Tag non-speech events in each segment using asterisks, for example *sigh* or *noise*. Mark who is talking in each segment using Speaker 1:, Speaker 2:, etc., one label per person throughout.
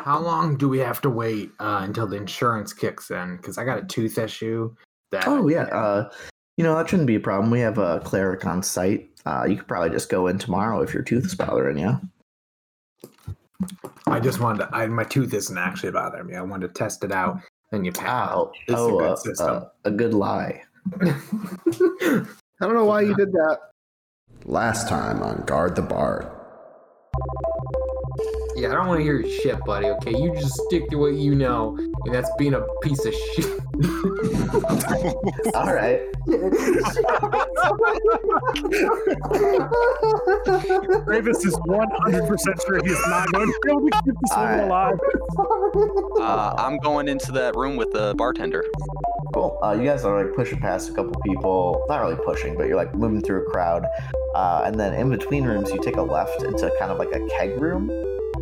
Speaker 1: How long do we have to wait uh, until the insurance kicks in? Because I got a tooth issue. That
Speaker 2: Oh yeah, uh, you know that shouldn't be a problem. We have a cleric on site. Uh, you could probably just go in tomorrow if your tooth is bothering you.
Speaker 1: I just wanted. To, I, my tooth isn't actually bothering me. I wanted to test it out. Then you pass.
Speaker 2: Ow.
Speaker 1: It's a
Speaker 2: oh,
Speaker 1: good
Speaker 2: uh,
Speaker 1: system.
Speaker 2: uh, a
Speaker 1: *laughs*
Speaker 2: good lie.
Speaker 3: I don't know why you did that. Last time on Guard the Bard.
Speaker 1: yeah, I don't want to hear your shit, buddy. Okay, you just stick to what you know, and that's being a piece of shit.
Speaker 2: All right.
Speaker 4: Ravis is 100% sure he's not going to be able to keep this one
Speaker 2: Alright.
Speaker 4: alive.
Speaker 5: Uh, I'm going into that room with the bartender.
Speaker 2: Cool. Uh, you guys are like pushing past a couple people. Not really pushing, but you're like moving through a crowd. Uh, and then in between rooms, you take a left into kind of like a keg room.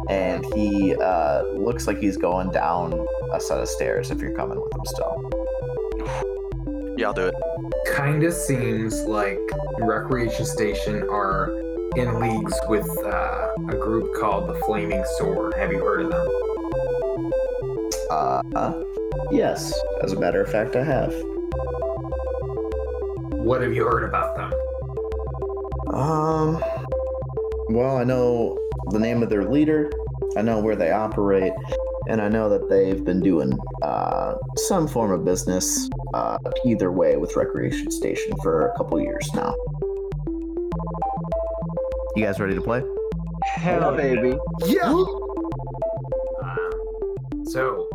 Speaker 2: And he uh, looks like he's going down a set of stairs if you're coming with him still.
Speaker 5: Yeah, I'll do it.
Speaker 1: Kind of seems like Recreation Station are in leagues with uh, a group called the Flaming Sword. Have you heard of them?
Speaker 2: Uh, yes, as a matter of fact, I have.
Speaker 1: What have you heard about them?
Speaker 2: Um, well, I know the name of their leader, I know where they operate, and I know that they've been doing uh, some form of business uh, either way with Recreation Station for a couple years now. You guys ready to play?
Speaker 4: Hell yeah.
Speaker 6: baby.
Speaker 3: Yeah.
Speaker 1: Um, *sighs* so,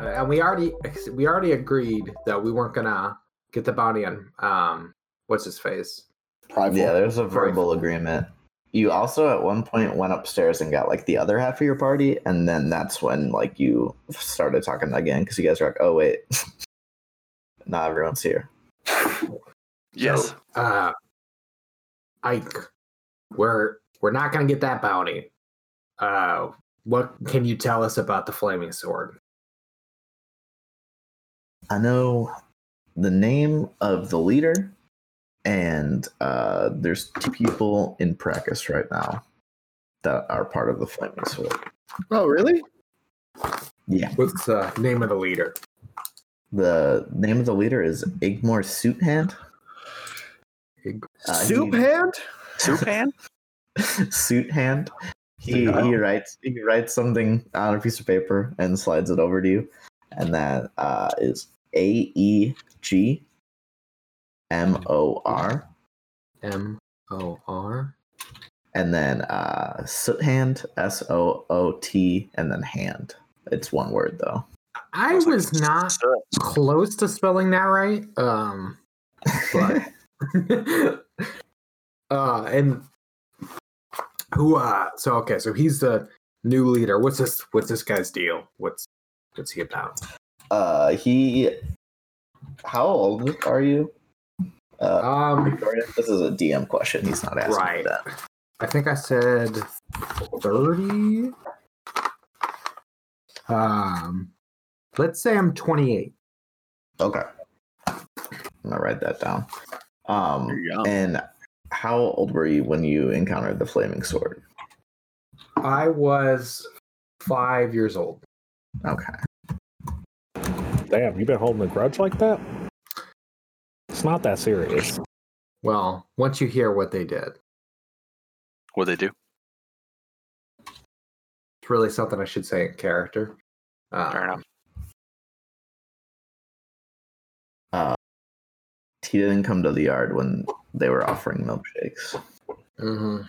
Speaker 1: uh, and we already *laughs* we already agreed that we weren't gonna get the bounty on um what's his face.
Speaker 3: Private.
Speaker 2: Yeah, there's a verbal agreement. You also at one point went upstairs and got like the other half of your party, and then that's when like you started talking again because you guys were like, "Oh wait, *laughs* not everyone's here."
Speaker 5: Yes.
Speaker 1: Uh, Ike, we're we're not gonna get that bounty. Uh, what can you tell us about the flaming sword?
Speaker 2: I know the name of the leader, and uh, there's two people in practice right now that are part of the Flaming Sword.
Speaker 3: Oh, really?
Speaker 2: Yeah.
Speaker 1: What's the name of the leader?
Speaker 2: The name of the leader is Igmore Suithand. Uh, he-
Speaker 3: Soup hand?
Speaker 5: Soup hand?
Speaker 2: *laughs* suit hand. He
Speaker 1: Yeah.
Speaker 2: he writes he writes something on a piece of paper and slides it over to you, and that uh, is A E G M O R,
Speaker 1: M O R.
Speaker 2: and then uh, soot hand S O O T, and then hand. It's one word though.
Speaker 1: I was not close to spelling that right. *laughs* Um, Right. *laughs* uh, and who? Uh, so okay, so he's the new leader. What's this? What's this guy's deal? What's what's he about?
Speaker 2: *laughs* uh, he. How old are you? Uh,
Speaker 1: Um,
Speaker 2: Victoria? This is a DM question. He's not asking
Speaker 1: Right.
Speaker 2: that.
Speaker 1: I think I said thirty. Um, let's say I'm twenty-eight.
Speaker 2: Okay. I'm gonna write that down. Um,
Speaker 6: Young.
Speaker 2: and how old were you when you encountered the flaming sword?
Speaker 1: I was five years old.
Speaker 2: Okay.
Speaker 4: *laughs* Damn, you've been holding a grudge like that? It's not that serious.
Speaker 1: Well, once you hear what they did,
Speaker 5: What they do?
Speaker 1: it's really something I should say in character. Uh,
Speaker 5: Fair enough.
Speaker 2: He didn't come to the yard when they were offering milkshakes.
Speaker 1: mhm.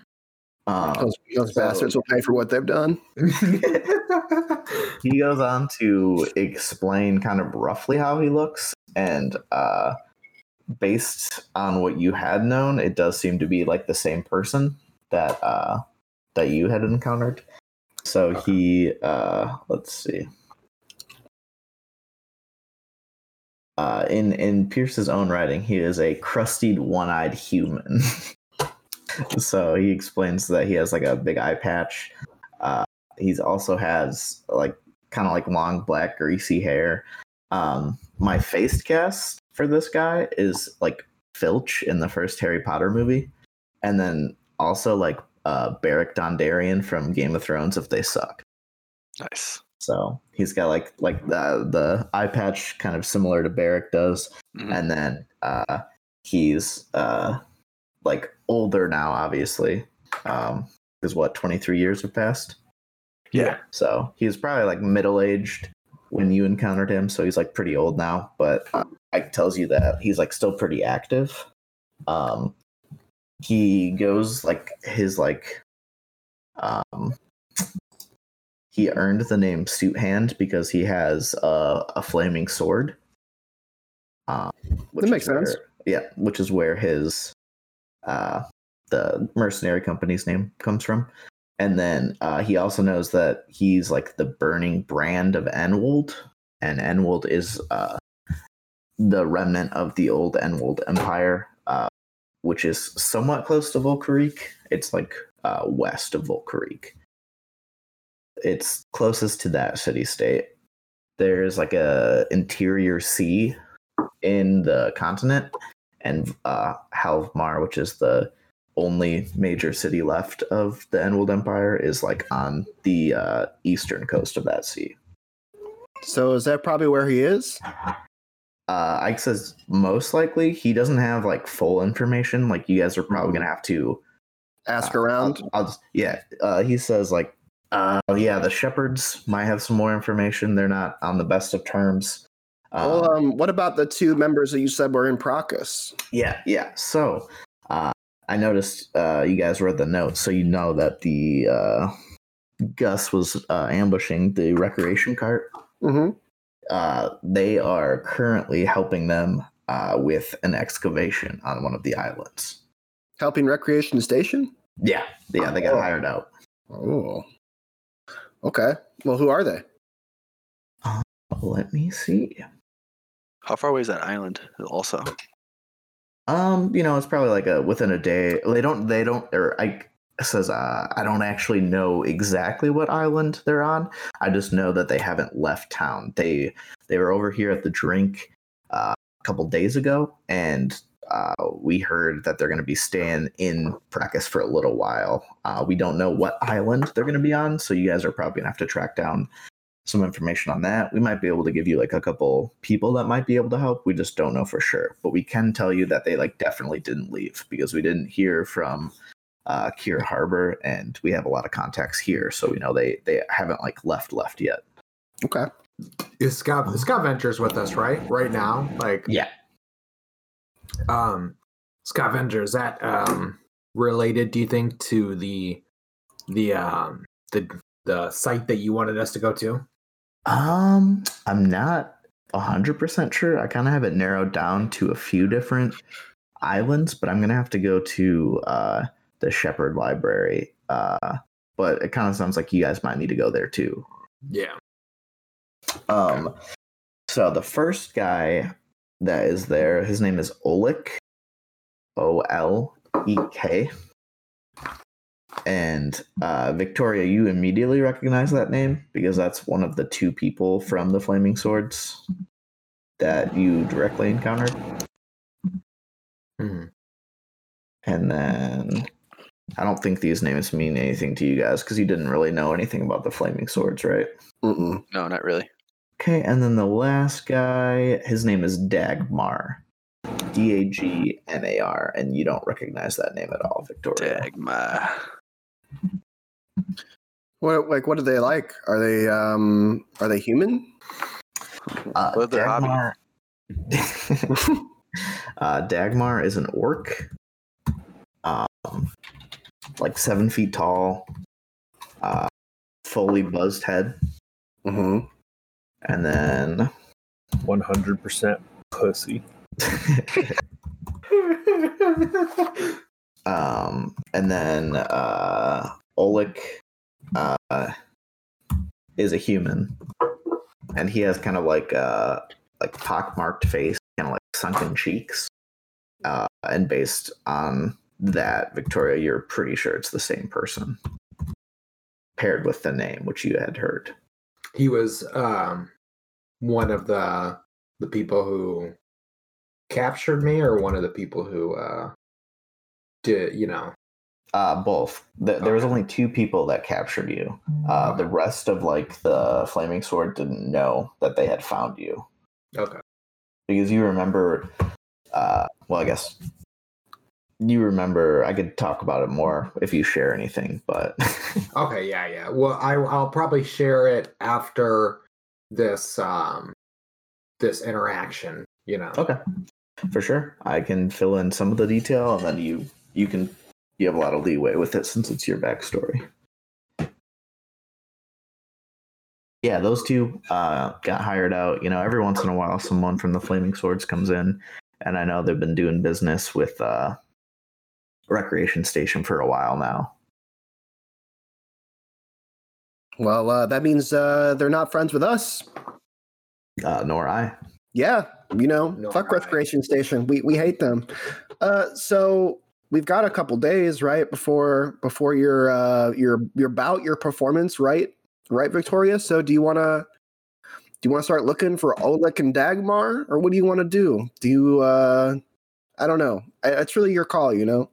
Speaker 2: Um,
Speaker 3: Those, those
Speaker 2: so-
Speaker 3: bastards will pay for what they've done.
Speaker 1: mm-hmm. *laughs*
Speaker 2: *laughs* he goes on to explain kind of roughly how he looks and uh based on what you had known it does seem to be like the same person that uh that you had encountered so he uh let's see uh in in pierce's own writing he is a crusted one-eyed human *laughs* so he explains that he has like a big eye patch Uh, he's also has like kind of like long black greasy hair um my face cast for this guy is like filch in the first harry potter movie and then also like uh barrick dondarian from game of thrones if they suck
Speaker 5: Nice.
Speaker 2: So he's got like like the the eye patch kind of similar to Barrick does,
Speaker 5: Mhm.
Speaker 2: and then uh, he's uh, like older now, obviously, because what twenty three years have passed.
Speaker 4: Yeah.
Speaker 2: So he was probably like middle aged when you encountered him. So he's like pretty old now, but uh, Ike tells you that he's like still pretty active. Um, he goes like his like, um, he earned the name Suit Hand because he has uh, a flaming sword. Um, which
Speaker 3: makes
Speaker 2: is where-
Speaker 3: sense.
Speaker 2: yeah, which is where his, uh, the mercenary company's name comes from. And then uh, he also knows that he's like the burning brand of Enwold, and Enwold is uh, the remnant of the old Enwold Empire, uh, which is somewhat close to Volcareek. It's like uh, west of Volcareek. It's closest to that city state. There's like a interior sea in the continent, and uh, Halvmar, which is the only major city left of the Enwold Empire is like on the uh, eastern coast of that sea.
Speaker 3: So is that probably where he is?
Speaker 2: Uh, Ike says most likely he doesn't have like full information. Like you guys are probably gonna have to
Speaker 3: Ask
Speaker 2: uh,
Speaker 3: around.
Speaker 2: I'll, I'll just, yeah, uh, he says like, uh, yeah, the shepherds might have some more information. They're not on the best of terms. Um,
Speaker 3: well, um, what about the two members that you said were in Procus?
Speaker 2: Yeah, yeah. So uh, I noticed uh, you guys read the notes, so you know that the uh, Gus was uh, ambushing the recreation cart.
Speaker 3: Mm-hmm.
Speaker 2: Uh, they are currently helping them uh, with an excavation on one of the islands.
Speaker 3: Helping Recreation Station?
Speaker 2: Yeah, yeah, they got
Speaker 3: Oh.
Speaker 2: hired out.
Speaker 3: Oh. Okay. Well, who are they?
Speaker 2: Let me see.
Speaker 5: How far away is that island? Also,
Speaker 2: Um, you know, it's probably like a within a day. They don't. They don't. Or I says, uh, I don't actually know exactly what island they're on. I just know that they haven't left town. They they were over here at the drink uh, a couple days ago, and uh, we heard that they're going to be staying in practice for a little while. Uh, we don't know what island they're going to be on, so you guys are probably going to have to track down some information on that. We might be able to give you like a couple people that might be able to help. We just don't know for sure, but we can tell you that they like definitely didn't leave because we didn't hear from uh, Kier Harbor, and we have a lot of contacts here, so we know they they haven't like left left yet.
Speaker 3: Okay.
Speaker 1: Is Scott Scott Ventures with us, right? Right now, like
Speaker 2: Yeah.
Speaker 1: Um, Scott Ventures is that um related? Do you think to the the um the the site that you wanted us to go to?
Speaker 2: Um, I'm not hundred percent sure. I kind of have it narrowed down to a few different islands, but I'm gonna have to go to uh, the Shepherd Library. Uh, but it kind of sounds like you guys might need to go there too.
Speaker 1: Yeah.
Speaker 2: Um, so the first guy that is there, his name is Olik, O L E K, and uh, Victoria, you immediately recognize that name because that's one of the two people from the Flaming Swords that you directly encountered.
Speaker 1: Hmm.
Speaker 2: And then I don't think these names mean anything to you guys because you didn't really know anything about the Flaming Swords, right?
Speaker 3: Mm-mm.
Speaker 5: no, not really.
Speaker 2: Okay, and then the last guy, his name is Dagmar. D A G M A R, and you don't recognize that name at all, Victoria.
Speaker 5: Dag my.
Speaker 3: What like what are they like? Are they um are they human?
Speaker 2: Uh,
Speaker 5: What their hobby?
Speaker 2: Dagmar. *laughs* uh, Dagmar is an orc, um, like seven feet tall, uh, fully buzzed head,
Speaker 3: Mm-hmm.
Speaker 2: and then
Speaker 4: 100% pussy.
Speaker 2: *laughs* um, and then uh, Oleg uh, is a human, and he has kind of like a like pockmarked face, kind of like sunken cheeks, uh, and based on that, Victoria, you're pretty sure it's the same person, paired with the name which you had heard.
Speaker 1: He was um one of the the people who captured me, or one of the people who uh did you know
Speaker 2: Uh, both. Th There was
Speaker 1: Okay.
Speaker 2: only two people that captured you. Uh, The rest of like the flaming sword didn't know that they had found you
Speaker 1: Okay.
Speaker 2: because you remember. Uh, well, I guess you remember. I could talk about it more if you share anything, but *laughs*
Speaker 1: Okay. Yeah. Yeah. Well, I I'll probably share it after this um this interaction. You know.
Speaker 2: okay, for sure, I can fill in some of the detail, and then you you can you have a lot of leeway with it since it's your backstory. Yeah, those two uh, got hired out. You know, every once in a while, someone from the Flaming Swords comes in, and I know they've been doing business with uh, Recreation Station for a while now.
Speaker 3: Well, uh, that means uh, they're not friends with us.
Speaker 2: Uh, nor I.
Speaker 3: Yeah, you know,
Speaker 1: No,
Speaker 3: fuck
Speaker 1: right.
Speaker 3: Recreation Station. We we hate them. Uh, so we've got a couple days, right, before before your uh, your your bout, your performance, right, right, Victoria. So do you want to do you want to start looking for Oleg and Dagmar, or what do you want to do? Do you? Uh, I don't know. I, it's really your call, you know.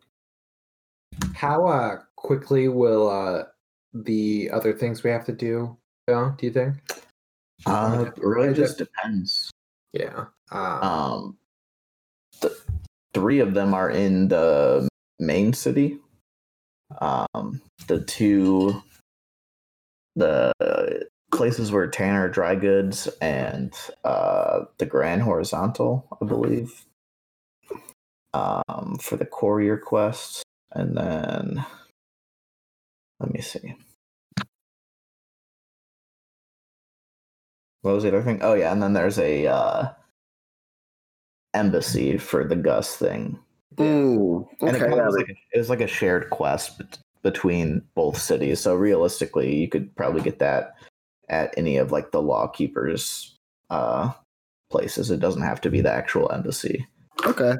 Speaker 1: How uh quickly will uh the other things we have to do go? Do you think?
Speaker 2: Uh, it really just depends.
Speaker 1: Yeah. Uh,
Speaker 2: Um, th- three of them are in the main city. Um, the two, the places were Tanner Dry Goods and uh, the Grand Horizontal, I believe, um, for the courier quest. And then, let me see. What was the other thing? Oh, yeah. And then there's a uh, embassy for the Gus thing.
Speaker 3: Mm,
Speaker 2: And it, kinda was
Speaker 3: okay.
Speaker 2: like a, it was like a shared quest bet- between both cities. So realistically, you could probably get that at any of like the lawkeepers uh, places. It doesn't have to be the actual embassy.
Speaker 3: Okay.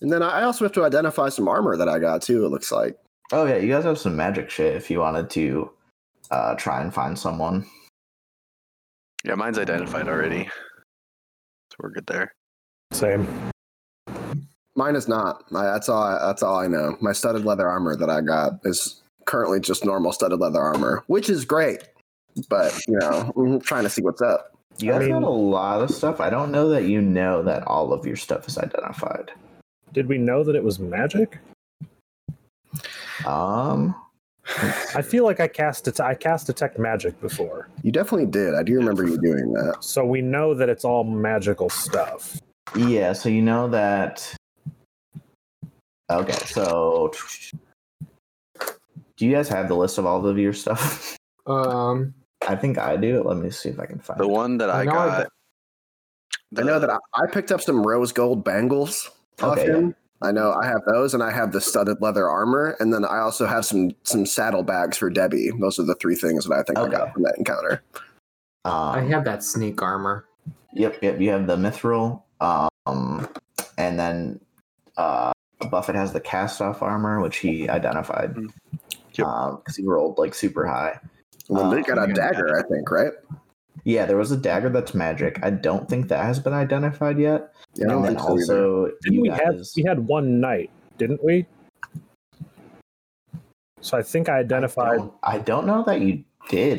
Speaker 3: And then I also have to identify some armor that I got too. It looks like.
Speaker 2: Oh yeah, you guys have some magic shit if you wanted to uh, try and find someone.
Speaker 5: Yeah, mine's identified already. So we're good there.
Speaker 4: Same.
Speaker 3: Mine is not. I, that's all. I, that's all I know. My studded leather armor that I got is currently just normal studded leather armor, which is great. But you know, I'm trying to see what's up.
Speaker 2: You
Speaker 4: I
Speaker 2: guys
Speaker 4: mean-
Speaker 2: got a lot of stuff. I don't know that you know that all of your stuff is identified.
Speaker 4: Did we know that it was magic?
Speaker 2: Um,
Speaker 4: I feel like I cast det- I cast detect magic before,
Speaker 3: You definitely did. I do remember you doing that.
Speaker 4: so we know that it's all magical stuff.
Speaker 2: Yeah, so you know that. Okay, so do you guys have the list of all of your stuff? *laughs*
Speaker 1: um.
Speaker 2: I think I do. Let me see if I can find
Speaker 5: The one that I,
Speaker 1: I know I
Speaker 5: got.
Speaker 3: I know that I, I picked up some rose gold bangles off
Speaker 2: Okay,
Speaker 3: him. I know I have those, and I have the studded leather armor, and then I also have some some saddlebags for Debbie. Those are the three things that I think I
Speaker 2: Okay.
Speaker 3: got from that encounter.
Speaker 2: it. Um,
Speaker 1: I have that sneak armor.
Speaker 2: Yep, yep. You have the mithril, um, and then uh, Buffett has the cast-off armor, which he identified
Speaker 5: Mm. Yep.
Speaker 2: because he rolled like super high.
Speaker 3: And then
Speaker 2: Uh,
Speaker 3: they got a
Speaker 2: yeah.
Speaker 3: dagger, I think, right?
Speaker 2: Yeah, there was a dagger that's magic. I don't think that has been identified yet.
Speaker 3: Yeah,
Speaker 2: and
Speaker 3: I don't
Speaker 2: then
Speaker 3: think so either.
Speaker 2: also,
Speaker 4: Didn't
Speaker 2: you
Speaker 4: we
Speaker 2: guys.
Speaker 4: have we had one night, didn't we? So I think I identified.
Speaker 2: don't- I don't know that you did.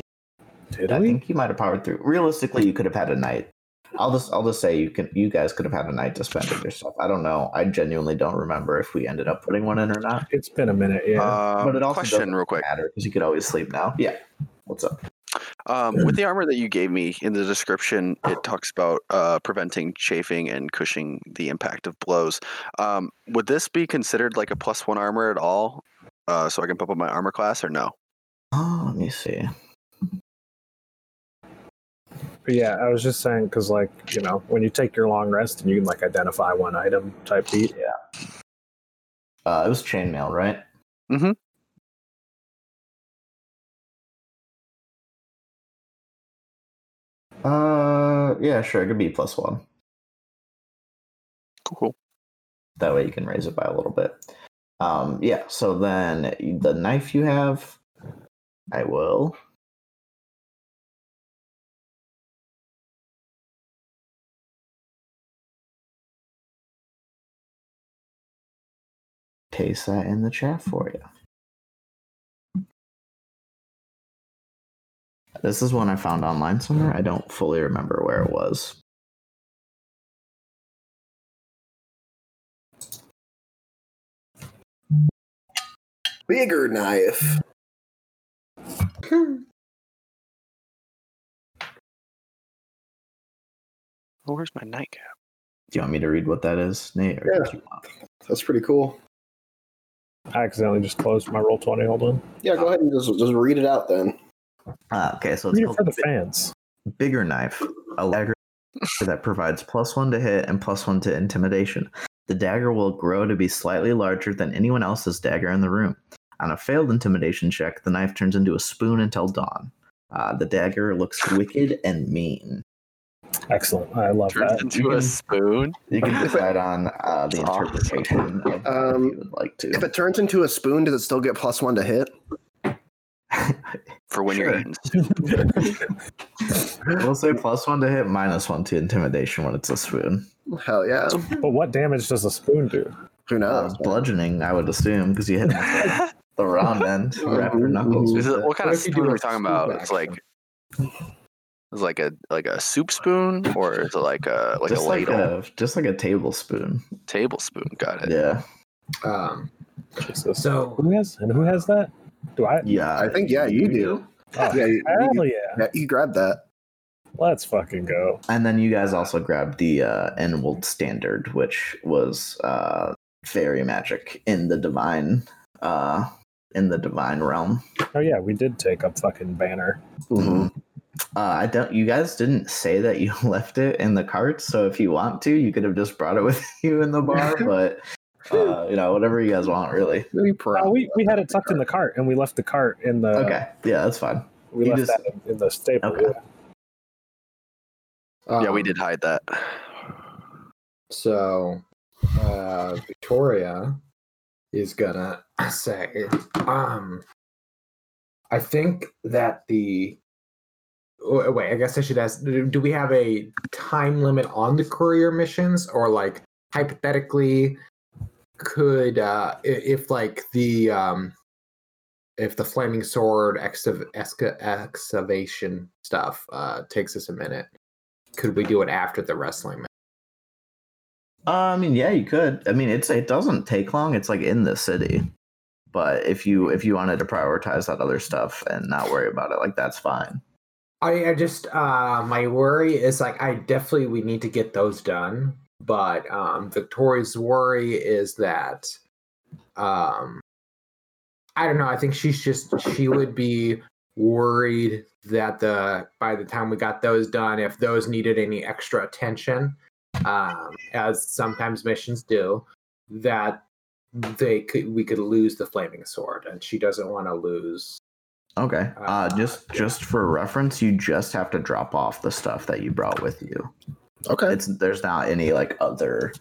Speaker 4: Did
Speaker 2: I
Speaker 4: we?
Speaker 2: think you might have powered through. Realistically, you could have had a night. I'll just I'll just say you can you guys could have had a night to spend with your stuff. I don't know. I genuinely don't remember if we ended up putting one in or not.
Speaker 4: it's been a minute. Yeah.
Speaker 5: Um,
Speaker 2: But it also doesn't
Speaker 5: question real quick.
Speaker 2: Matter because you could always sleep now. Yeah. What's up?
Speaker 5: Um, with the armor that you gave me in the description, it talks about uh, preventing chafing and cushioning the impact of blows. Um, would this be considered like a plus one armor at all? Uh, so I can pump up my armor class or no?
Speaker 2: Oh, let me see.
Speaker 4: But yeah, I was just saying because like you know when you take your long rest and you can like identify one item type beat.
Speaker 2: Uh, it was chainmail, right?
Speaker 5: Mhm.
Speaker 2: Uh, yeah, sure. It could be plus one.
Speaker 5: Cool.
Speaker 2: That way you can raise it by a little bit. Um, yeah. So then the knife you have, I will. Paste that in the chat for you. This is one I found online somewhere. I don't fully remember where it was.
Speaker 3: Bigger knife.
Speaker 5: Oh, where's my nightcap?
Speaker 2: Do you want me to read what that is, Nate? Or
Speaker 3: Yeah.
Speaker 2: do you want?
Speaker 3: That's pretty cool.
Speaker 4: I accidentally just closed my roll twenty. Hold on.
Speaker 3: Yeah, go ahead and just just read it out then.
Speaker 2: Ah, okay, so it's
Speaker 4: Read it
Speaker 2: called
Speaker 4: for the
Speaker 2: Bi-
Speaker 4: fans.
Speaker 2: Bigger Knife, a dagger
Speaker 3: *laughs*
Speaker 2: that provides plus one to hit and plus one to intimidation. The dagger will grow to be slightly larger than anyone else's dagger in the room. On a failed intimidation check, the knife turns into a spoon until dawn. Uh, the dagger
Speaker 3: *laughs*
Speaker 2: looks wicked and mean.
Speaker 4: Excellent. I love
Speaker 5: Turns
Speaker 4: that.
Speaker 5: into a spoon.
Speaker 2: You can decide on uh, the
Speaker 5: That's awesome.
Speaker 2: interpretation of that
Speaker 3: Um,
Speaker 2: if you would like
Speaker 3: If
Speaker 2: to.
Speaker 3: it turns into a spoon, does it still get plus one to hit?
Speaker 5: for when
Speaker 2: Sure.
Speaker 5: you're eating.
Speaker 2: *laughs* we'll say plus one to hit, minus one to intimidation when it's a spoon.
Speaker 3: Hell yeah.
Speaker 4: But what damage does a spoon do?
Speaker 3: Who
Speaker 2: Uh,
Speaker 3: knows?
Speaker 2: bludgeoning, I would assume, because you hit him with the round *laughs* end. Wrap your knuckles.
Speaker 5: Is
Speaker 2: with
Speaker 5: it,
Speaker 2: it.
Speaker 5: what kind
Speaker 1: What
Speaker 5: of
Speaker 1: if you
Speaker 5: spoon
Speaker 1: do
Speaker 5: are
Speaker 1: a
Speaker 5: we talking
Speaker 1: scoop
Speaker 5: about? It's
Speaker 1: action?
Speaker 5: like it's like a like a soup spoon, or is it like a like
Speaker 2: just
Speaker 5: a
Speaker 2: like
Speaker 5: ladle
Speaker 2: a just like a tablespoon.
Speaker 5: tablespoon? Got it.
Speaker 2: Yeah,
Speaker 1: Um,
Speaker 4: Jesus.
Speaker 1: So-
Speaker 4: who has and who has that? Do I?
Speaker 2: yeah.
Speaker 3: I think yeah, you do.
Speaker 4: Oh,
Speaker 3: Yeah, you,
Speaker 4: hell
Speaker 3: you,
Speaker 4: yeah!
Speaker 3: yeah, you grab that.
Speaker 4: Let's fucking go.
Speaker 2: And then you guys also grabbed the uh, Enwold standard, which was uh, fairy magic in the divine uh, in the divine realm.
Speaker 4: Oh yeah, we did take a fucking banner.
Speaker 2: Uh, I don't. You guys didn't say that you *laughs* left it in the cart, so if you want to, you could have just brought it with *laughs* you in the
Speaker 3: *laughs*
Speaker 2: bar. But uh, you know, whatever you guys want, really.
Speaker 3: Maybe
Speaker 4: Oh,
Speaker 3: proud.
Speaker 4: we, we had it tucked in the cart, and we left the cart in the.
Speaker 2: Okay, yeah, that's fine.
Speaker 4: We
Speaker 2: You
Speaker 4: left
Speaker 2: just-
Speaker 4: that in, in the staple.
Speaker 2: Okay.
Speaker 5: Yeah, we
Speaker 1: um,
Speaker 5: did hide that.
Speaker 1: So uh, Victoria is gonna *coughs* say, um, I think that the w- wait. I guess I should ask: Do do we have a time limit on the courier missions, or like hypothetically, could uh, i- if like the um, if the flaming sword excav- exca- excavation stuff uh, takes us a minute, could we do it after the wrestling? match?
Speaker 2: Uh, I mean, yeah, you could. I mean, it's it doesn't take long. It's like in the city, but if you if you wanted to prioritize that other stuff and not worry about it, like that's fine.
Speaker 1: I, I just uh my worry is like I definitely we need to get those done, but um Victoria's worry is that um I don't know, I think she's just she would be worried that the by the time we got those done if those needed any extra attention um as sometimes missions do that they could we could lose the flaming sword and she doesn't want to lose
Speaker 2: Okay. Uh,
Speaker 1: Uh,
Speaker 2: just just for reference, you just have to drop off the stuff that you brought with you.
Speaker 3: Okay.
Speaker 2: It's there's not any like other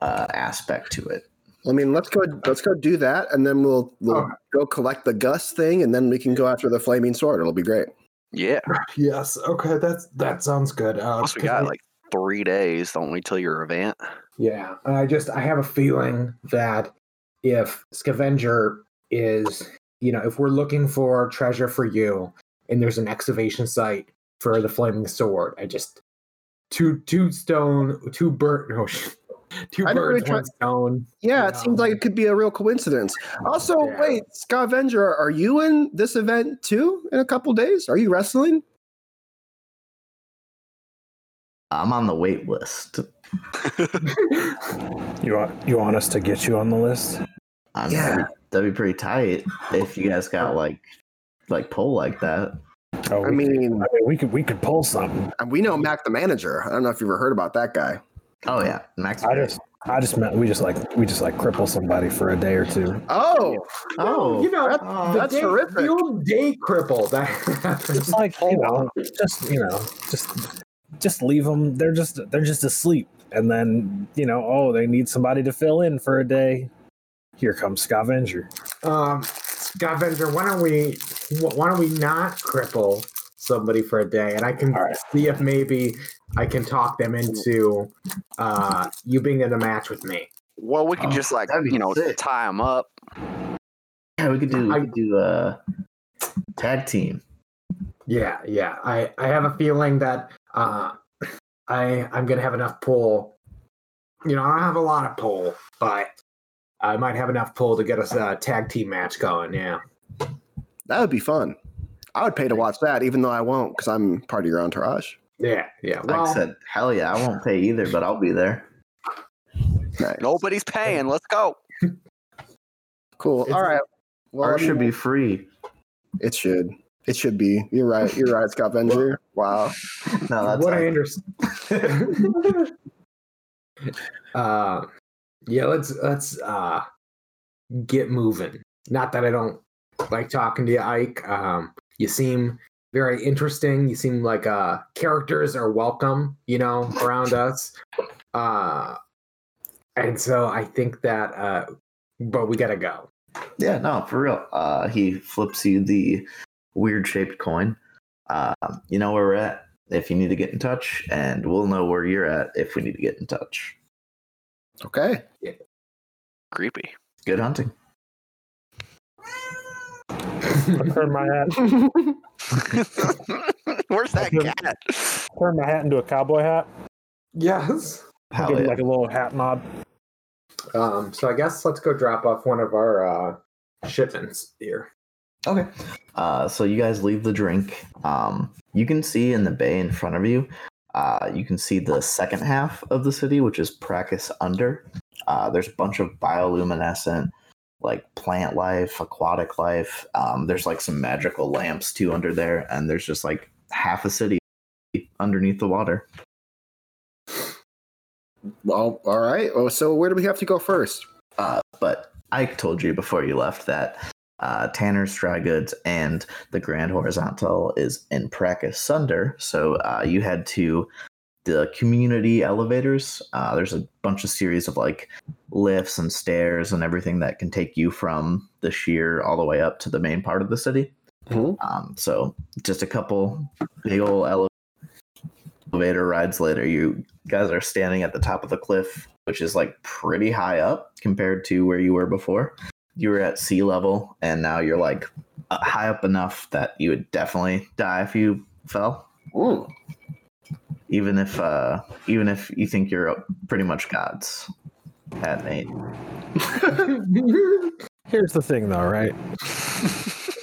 Speaker 2: uh aspect to it.
Speaker 3: I mean, let's go. Let's go do that, and then we'll we'll
Speaker 1: Okay.
Speaker 3: go collect the Gus thing, and then we can go after the flaming sword. It'll be great.
Speaker 5: Yeah.
Speaker 1: Yes. Okay. That's that sounds good. Uh,
Speaker 5: Plus, we
Speaker 1: 'cause
Speaker 5: got
Speaker 1: I-
Speaker 5: like three days, don't we, till your event?
Speaker 1: yeah. And I just I have a feeling that if scavenger is you know if we're looking for treasure for you and there's an excavation site for the flaming sword, I just two two stone two bird no sh- *laughs* two
Speaker 3: I didn't really
Speaker 1: birds
Speaker 3: try-
Speaker 1: one stone.
Speaker 3: Yeah, it seems like it could be a real coincidence. Also,
Speaker 1: Yeah.
Speaker 3: wait, Scott Venger, are you in this event too? In a couple days, are you wrestling?
Speaker 2: I'm on the wait list.
Speaker 4: You want you want us to get you on the list?
Speaker 2: I mean, that'd, be, that'd be pretty tight if you guys got like like pull like that.
Speaker 4: Oh,
Speaker 3: I
Speaker 4: we-
Speaker 3: mean,
Speaker 4: I mean, we could we could pull something.
Speaker 3: and we know Mac the manager. I don't know if you've ever heard about that guy.
Speaker 2: Oh yeah, Max.
Speaker 4: I just I just meant we just like we just like cripple somebody for a day or two.
Speaker 3: Oh,
Speaker 2: oh
Speaker 1: you know
Speaker 3: that's-
Speaker 2: oh.
Speaker 1: the
Speaker 3: that's
Speaker 1: day,
Speaker 3: horrific.
Speaker 1: The old day cripple that *laughs* happens.
Speaker 4: It's like you know, just you know, just just leave them. They're just they're just asleep, and then you know, oh, they need somebody to fill in for a day. Here comes *laughs* scavenger.
Speaker 1: Um, God Venger, why don't we wh- why don't we not cripple somebody for a day, and I can
Speaker 4: All right.
Speaker 1: see if maybe I can talk them into uh, you being in a match with me.
Speaker 5: Well, we could
Speaker 2: Oh,
Speaker 5: just like
Speaker 2: that'd be
Speaker 5: you know
Speaker 2: sick.
Speaker 5: tie them up.
Speaker 2: Yeah, we could do we
Speaker 1: I-
Speaker 2: could do a tag team.
Speaker 1: Yeah, yeah. I I have a feeling that uh, I I'm gonna have enough pull. You know, I don't have a lot of pull, but I might have enough pull to get us a tag team match going. Yeah.
Speaker 3: That would be fun. I would pay to watch that, even though I won't, because I'm part of your entourage.
Speaker 1: Yeah, yeah.
Speaker 2: Like I said, hell yeah, I won't pay either, but I'll be there.
Speaker 3: Nice.
Speaker 5: Nobody's paying. Let's go.
Speaker 3: Cool.
Speaker 1: It's-
Speaker 3: All right. Well,
Speaker 2: Art
Speaker 3: I
Speaker 2: should
Speaker 3: mean,
Speaker 2: be free.
Speaker 3: *laughs* It should. It should be. You're right. You're right, Scott Venger. Wow.
Speaker 2: No,
Speaker 1: From
Speaker 2: that's
Speaker 1: what I
Speaker 2: I,
Speaker 1: understand. *laughs* uh, yeah, let's let's uh, get moving. Not that I don't like talking to you, Ike. Um, you seem very interesting. You seem like uh, characters are welcome, you know, around us. Uh, and so I think that, uh, but we gotta go.
Speaker 2: yeah, no, for real. Uh, he flips you the weird shaped coin. Uh, you know where we're at if you need to get in touch, and we'll know where you're at if we need to get in touch.
Speaker 3: Okay.
Speaker 5: Creepy. *laughs*
Speaker 2: Good hunting.
Speaker 4: Turn my hat,
Speaker 5: Where's that
Speaker 4: Okay.
Speaker 5: cat?
Speaker 4: turn my hat into a cowboy hat.
Speaker 1: yes.
Speaker 2: Hell
Speaker 4: Give him
Speaker 2: yeah.
Speaker 4: like a little hat nod.
Speaker 1: Um, so I guess let's go drop off one of our uh, shipments here.
Speaker 2: Okay. Uh, so you guys leave the drink. Um, you can see in the bay in front of you, uh, you can see the second half of the city, which is Practice Under. Uh, there's a bunch of bioluminescent, like plant life, aquatic life. Um, there's like some magical lamps too under there, and there's just like half a city underneath the water.
Speaker 3: Well, all right. Oh, so where do we have to go first?
Speaker 2: Uh, but Ike told you before you left that uh, Tanner's Dry Goods and the Grand Horizontal is in practice sunder. So uh, you head to the community elevators. Uh, there's a bunch of series of like lifts and stairs and everything that can take you from the sheer all the way up to the main part of the city.
Speaker 3: Mhm.
Speaker 2: Um, so just a couple big old ele- elevator rides later, you guys are standing at the top of the cliff, which is like pretty high up compared to where you were before. You were at sea level, and now you're like uh, high up enough that you would definitely die if you fell.
Speaker 3: Mm.
Speaker 2: Even if, uh, even if you think you're pretty much gods at eight.
Speaker 4: Here's the thing, though, right?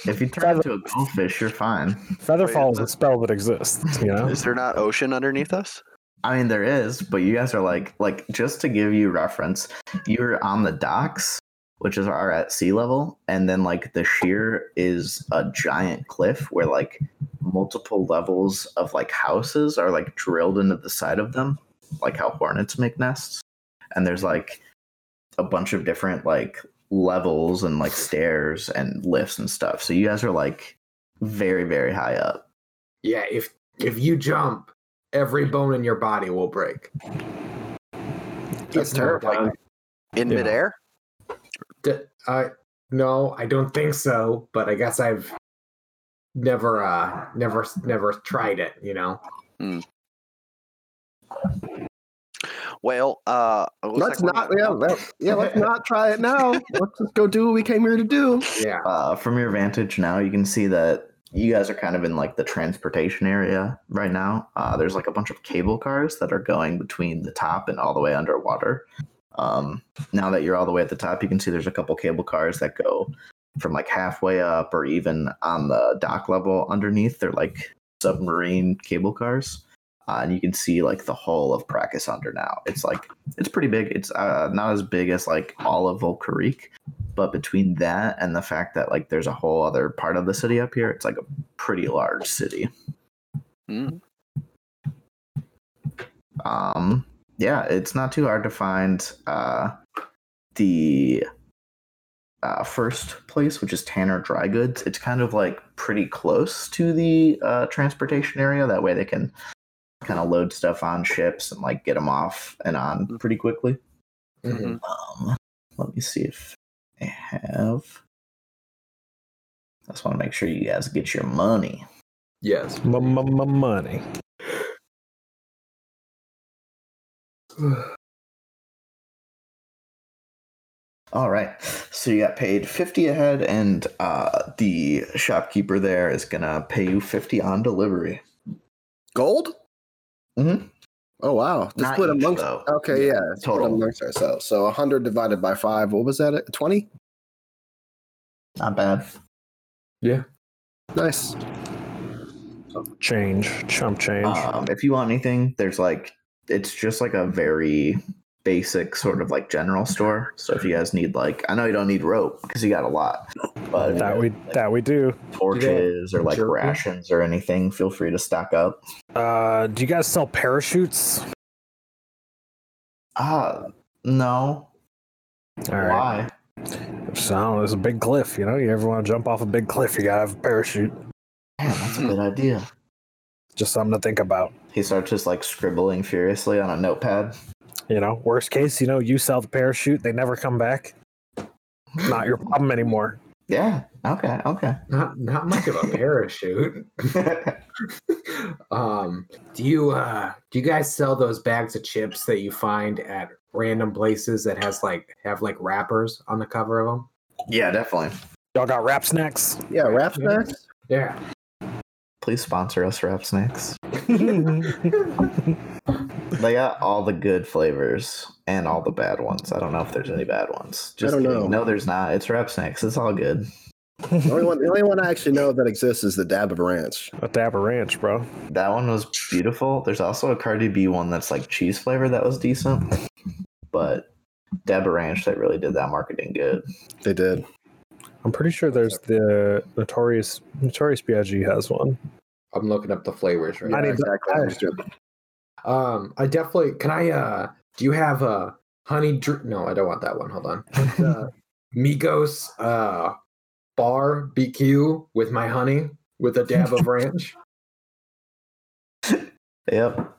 Speaker 2: If you turn into a goldfish, you're fine.
Speaker 4: Featherfall is a spell that exists. You know,
Speaker 5: Is there not ocean underneath us?
Speaker 2: I mean, there is, but you guys are like, like just to give you reference, you're on the docks, which is are at sea level, and then like the sheer is a giant cliff where like multiple levels of like houses are like drilled into the side of them, like how hornets make nests, and there's like a bunch of different like levels and like stairs and lifts and stuff. So you guys are like very very high up.
Speaker 1: Yeah, if if you jump, every bone in your body will break.
Speaker 3: That's terrifying.
Speaker 5: In
Speaker 4: Yeah.
Speaker 5: midair?
Speaker 1: D- I no, I don't think so. But I guess I've never, uh, never, never tried it. You know.
Speaker 5: Well, uh, it
Speaker 3: Let's
Speaker 5: looks like
Speaker 3: not.
Speaker 5: we're-
Speaker 3: Yeah. Let,
Speaker 2: *laughs*
Speaker 3: yeah. Let's not try it now. Let's just go do what we came here to do.
Speaker 1: Yeah.
Speaker 2: uh, from your vantage now, you can see that you guys are kind of in like the transportation area right now. Uh, there's like a bunch of cable cars that are going between the top and all the way underwater. Um, now that you're all the way at the top, you can see there's a couple cable cars that go from like halfway up or even on the dock level underneath. They're like submarine cable cars. Uh, and you can see like the hull of Practice under now. It's like it's pretty big. It's uh, not as big as like all of Volcarique, but between that and the fact that like there's a whole other part of the city up here it's like a pretty large city
Speaker 5: Mm.
Speaker 2: um yeah it's not too hard to find uh the uh, first place which is tanner dry goods it's kind of like pretty close to the uh, transportation area that way they can kind of load stuff on ships and like get them off and on pretty quickly
Speaker 1: Mhm.
Speaker 2: Um, let me see if I have. I just want to make sure you guys get your money.
Speaker 1: Yes.
Speaker 4: money.
Speaker 2: All right. So you got paid 50 ahead, and uh, the shopkeeper there is going to pay you 50 on delivery.
Speaker 3: Gold?
Speaker 2: Mhm.
Speaker 3: Oh wow. Just
Speaker 2: Not
Speaker 3: split
Speaker 2: each,
Speaker 3: amongst
Speaker 2: though.
Speaker 3: Okay, yeah. Split
Speaker 2: total.
Speaker 3: amongst ourselves. So hundred divided by five. What was that? Twenty?
Speaker 2: Not bad.
Speaker 3: Nice.
Speaker 4: Change, chump change.
Speaker 2: Um, if you want anything, there's like, it's just like a very basic sort of like general store. So if you guys need like, I know you don't need rope because you got a lot, but
Speaker 4: that we that we do.
Speaker 2: torches or like
Speaker 1: jerky?
Speaker 2: rations or anything, feel free to stock up.
Speaker 4: Uh, do you guys sell parachutes?
Speaker 2: Ah, no.
Speaker 4: All
Speaker 2: Why?
Speaker 4: right. So I don't know, it's a big cliff, you know. You ever want to jump off a big cliff, you gotta have a parachute.
Speaker 2: Damn, that's a good idea.
Speaker 4: Just something to think about.
Speaker 2: He starts just like scribbling furiously on a notepad.
Speaker 4: You know, worst case, you know, you sell the parachute, they never come back. Not your problem anymore.
Speaker 2: Yeah. Okay. Okay.
Speaker 1: Not not much
Speaker 3: *laughs*
Speaker 1: of a parachute. *laughs* um, do you uh do you guys sell those bags of chips that you find at random places that has like have like wrappers on the cover of them?
Speaker 2: yeah, definitely.
Speaker 4: Y'all got wrap *laughs* snacks?
Speaker 3: Yeah, wrap snacks.
Speaker 1: Yeah.
Speaker 2: Please sponsor us, Rap Snacks. They got all the good flavors and all the bad ones. I don't know if there's any bad ones. Just
Speaker 3: don't
Speaker 2: kidding.
Speaker 3: know.
Speaker 2: No, there's not. It's Rap Snacks. It's all good.
Speaker 3: The only one the only one I actually know that exists is the Dab of Ranch.
Speaker 4: a dab of ranch, bro.
Speaker 2: That one was beautiful. There's also a Cardi B one that's like cheese flavor that was decent, but Dabba Ranch that really did that marketing good.
Speaker 3: They did.
Speaker 4: I'm pretty sure there's the notorious notorious BIG has one.
Speaker 1: I'm looking up the flavors right
Speaker 4: I
Speaker 1: now.
Speaker 4: need-
Speaker 3: exactly. I'm just joking.
Speaker 1: Um, I definitely can. I uh, do you have uh, honey? Dr- no, I don't want that one. Hold on. Uh, Migos uh, bar BQ with my honey with a dab of ranch.
Speaker 2: Yep.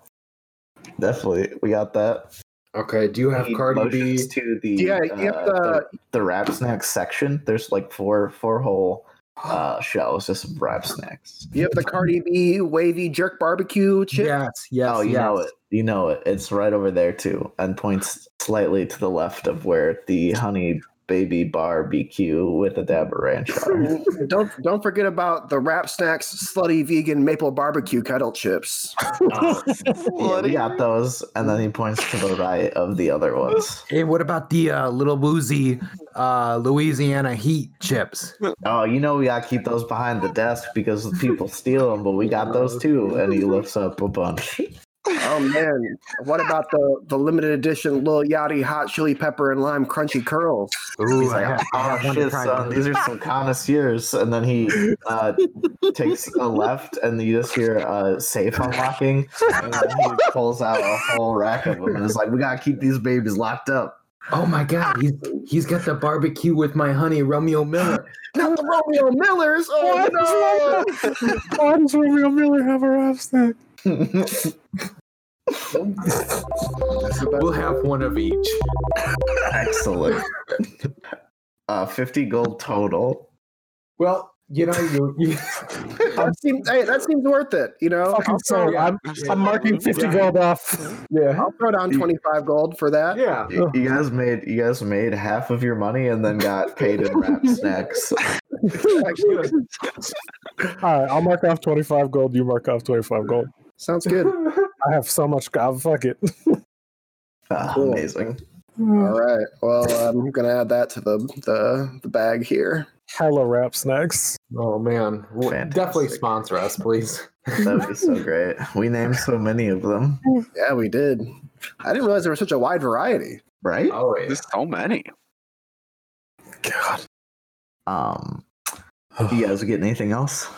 Speaker 2: Definitely. We got that.
Speaker 1: Okay. Do you have
Speaker 2: Need
Speaker 1: Cardi B?
Speaker 2: motions to the
Speaker 3: Yeah,
Speaker 2: uh,
Speaker 3: you have
Speaker 2: the,
Speaker 3: to
Speaker 2: the rap snacks section. There's like four four whole uh shelves just of rap snacks.
Speaker 3: you have the Cardi B wavy jerk barbecue chip.
Speaker 1: Yes. Yes.
Speaker 2: oh, you
Speaker 1: yes.
Speaker 2: know it. You know it. It's right over there too, and points slightly to the left of where the honey baby bar BQ with a dab of ranch
Speaker 3: *laughs*
Speaker 2: are.
Speaker 3: don't don't forget about the wrap snacks slutty vegan maple barbecue kettle chips.
Speaker 2: Yeah, we got those, and then he points to the right of the other ones.
Speaker 1: Hey, what about the uh, little woozy uh, Louisiana heat
Speaker 2: *laughs*
Speaker 1: chips?
Speaker 2: Oh, you know we gotta keep those behind the desk because people steal them, but we got those too. And he lifts up a bunch.
Speaker 3: Oh man, what about the the limited edition Lil Yachty hot chili pepper and lime crunchy curls?
Speaker 1: Ooh,
Speaker 2: He's like, oh shit, son, these are some connoisseurs. And then he uh, takes a left, and you just hear uh, safe unlocking, and then he pulls out a whole rack of them, and it's like, we gotta keep these babies locked up.
Speaker 1: Oh my god, he's he's got the barbecue with my honey, Romeo
Speaker 2: *laughs*
Speaker 1: Miller.
Speaker 3: Not the Romeo Millers. Oh no,
Speaker 4: Why does Romeo Miller have a wrap snack?
Speaker 1: We'll have one of each.
Speaker 2: Excellent. Uh, 50 gold total.
Speaker 1: Well, you know, you, you
Speaker 4: *laughs*
Speaker 3: that seems hey, that seems worth it. You know,
Speaker 4: Fucking sold. I'm, I'm marking 50 gold off.
Speaker 1: yeah,
Speaker 3: I'll throw down twenty five gold for that.
Speaker 1: yeah.
Speaker 2: You you guys made you guys made half of your money and then got paid in wrap snacks.
Speaker 1: Good.
Speaker 4: All right, I'll mark off 25 gold. You mark off 25 gold.
Speaker 3: Sounds *laughs* good.
Speaker 4: I have so much gold. Fuck it. *laughs*
Speaker 2: Ah,
Speaker 3: Cool.
Speaker 2: Amazing.
Speaker 3: All right. Well, I'm gonna add that to the the, the bag here.
Speaker 4: Hella wrap snacks.
Speaker 1: *laughs* Oh man, W- definitely
Speaker 2: Fantastic.
Speaker 1: sponsor us, please.
Speaker 2: That would be so great. We named so many of them,
Speaker 3: Yeah, we did. I didn't realize there was such a wide variety.
Speaker 2: right?
Speaker 1: Oh yeah.
Speaker 5: There's so many.
Speaker 4: God.
Speaker 2: Um, you guys getting anything else?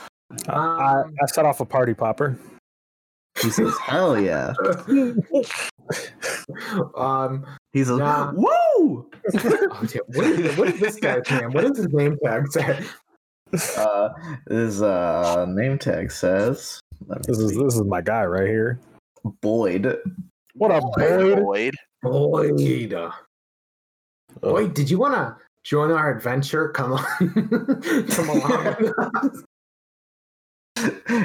Speaker 4: I,
Speaker 2: Um,
Speaker 4: I set off a party popper.
Speaker 2: He says, "Hell yeah!"
Speaker 1: *laughs*
Speaker 4: *laughs*
Speaker 1: um,
Speaker 2: He says,
Speaker 1: Nah.
Speaker 2: "Woo!"
Speaker 1: oh, damn, what, is, what is this guy's name? What is his name tag say?
Speaker 2: Uh, his uh name tag says, let me
Speaker 4: This is
Speaker 2: see.
Speaker 4: this is my guy right here.
Speaker 2: "Boyd." *laughs*
Speaker 4: What a boy.
Speaker 5: Boyd.
Speaker 1: Boyd. Boyd, did you want to join our adventure? Come on, *laughs* come
Speaker 4: *laughs*
Speaker 1: along.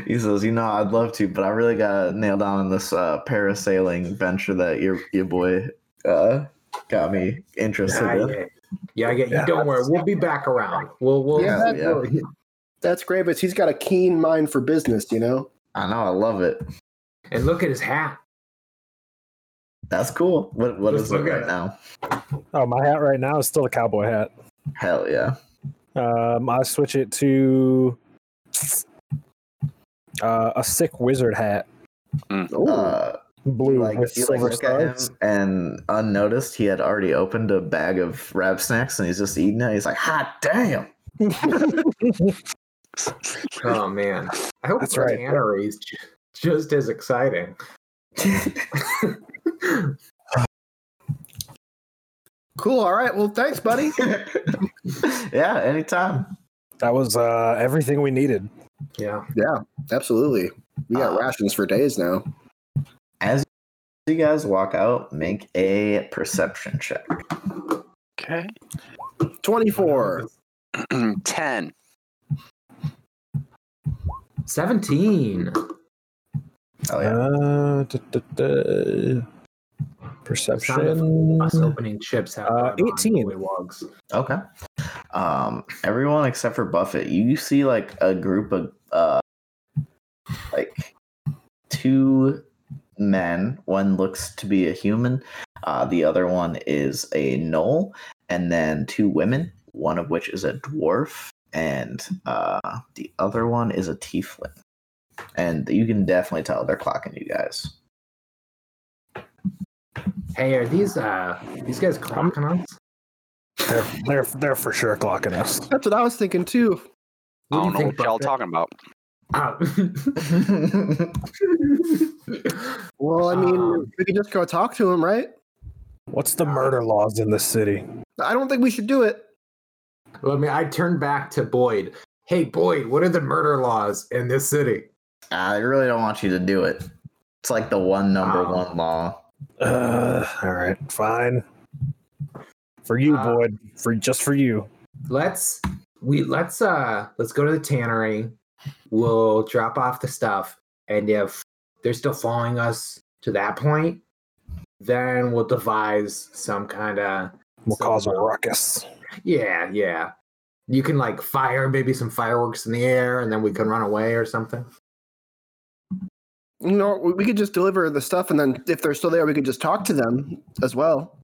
Speaker 2: He says, "You know, I'd love to, but I really got nailed down on this uh parasailing venture that your your boy uh got me interested in."
Speaker 1: Yeah, Yeah, yeah,
Speaker 4: Yeah.
Speaker 1: you don't worry. We'll be back around. We'll we'll
Speaker 3: Yeah,
Speaker 1: we'll-
Speaker 2: yeah.
Speaker 1: we'll-
Speaker 3: That's great, but he's got a keen mind for business, you know?
Speaker 2: I know, I love it.
Speaker 1: and look at his hat.
Speaker 2: That's cool. What what
Speaker 1: Just
Speaker 2: is it
Speaker 1: look at
Speaker 2: right
Speaker 1: it.
Speaker 2: now?
Speaker 4: Oh, my hat right now is still a cowboy hat.
Speaker 2: Hell yeah.
Speaker 4: Um, I switch it to uh, a sick wizard hat,
Speaker 3: Ooh.
Speaker 2: Uh,
Speaker 4: blue
Speaker 2: like
Speaker 4: with
Speaker 2: you like
Speaker 4: silver
Speaker 2: look at him
Speaker 4: stars.
Speaker 2: and unnoticed he had already opened a bag of rab snacks and he's just eating it. He's like, hot damn. *laughs*
Speaker 1: Oh man, I hope
Speaker 4: That's
Speaker 1: That's
Speaker 4: right.
Speaker 1: tannery's ju- just as exciting.
Speaker 3: Cool. All right. Well, thanks, buddy.
Speaker 2: yeah, anytime.
Speaker 4: *laughs* That was uh, everything we needed.
Speaker 1: yeah,
Speaker 3: Absolutely. We got
Speaker 2: Uh,
Speaker 3: rations for days now.
Speaker 2: As you guys walk out, make a perception check.
Speaker 5: *clears throat* Okay.
Speaker 3: 24.
Speaker 5: 10.
Speaker 1: seventeen.
Speaker 2: Oh yeah.
Speaker 4: Uh, duh, duh, duh. Perception.
Speaker 1: Us opening chips have
Speaker 4: Uh,
Speaker 1: gone on
Speaker 4: 18.
Speaker 1: way logs.
Speaker 2: Okay. Um, everyone except for Buffett, you see like a group of uh, like two men. One looks to be a human. Uh, the other one is a gnoll, and then two women. One of which is a dwarf, and uh, the other one is a tiefling. And you can definitely tell they're clocking you guys. *laughs*
Speaker 1: Hey, are these uh these guys clocking us?
Speaker 4: They're, they're they're for sure clocking us.
Speaker 3: That's what I was thinking, too.
Speaker 5: I
Speaker 1: What do
Speaker 5: don't
Speaker 1: you
Speaker 5: know what
Speaker 1: think,
Speaker 5: y'all
Speaker 1: Buffett?
Speaker 5: talking about.
Speaker 1: Uh,
Speaker 3: Well, I mean,
Speaker 1: Um,
Speaker 3: we could just go talk to him, right?
Speaker 4: What's the murder laws in this city?
Speaker 3: I don't think we should do it.
Speaker 1: *laughs* Let me. I turn back to Boyd. Hey, Boyd, what are the murder laws in this city?
Speaker 2: I really don't want you to do it. It's like the one number
Speaker 1: Wow.
Speaker 2: one law.
Speaker 4: Uh, all right, fine. For you,
Speaker 1: Uh,
Speaker 4: Boyd. For just for you.
Speaker 1: let's we let's uh let's go to the tannery we'll drop off the stuff and if they're still following us to that point then we'll devise some kind of
Speaker 4: We'll cause a ruckus.
Speaker 1: yeah yeah you can like fire maybe some fireworks in the air and then we can run away or something
Speaker 3: You know, we we could just deliver the stuff, and then if they're still there, we could just talk to them as well.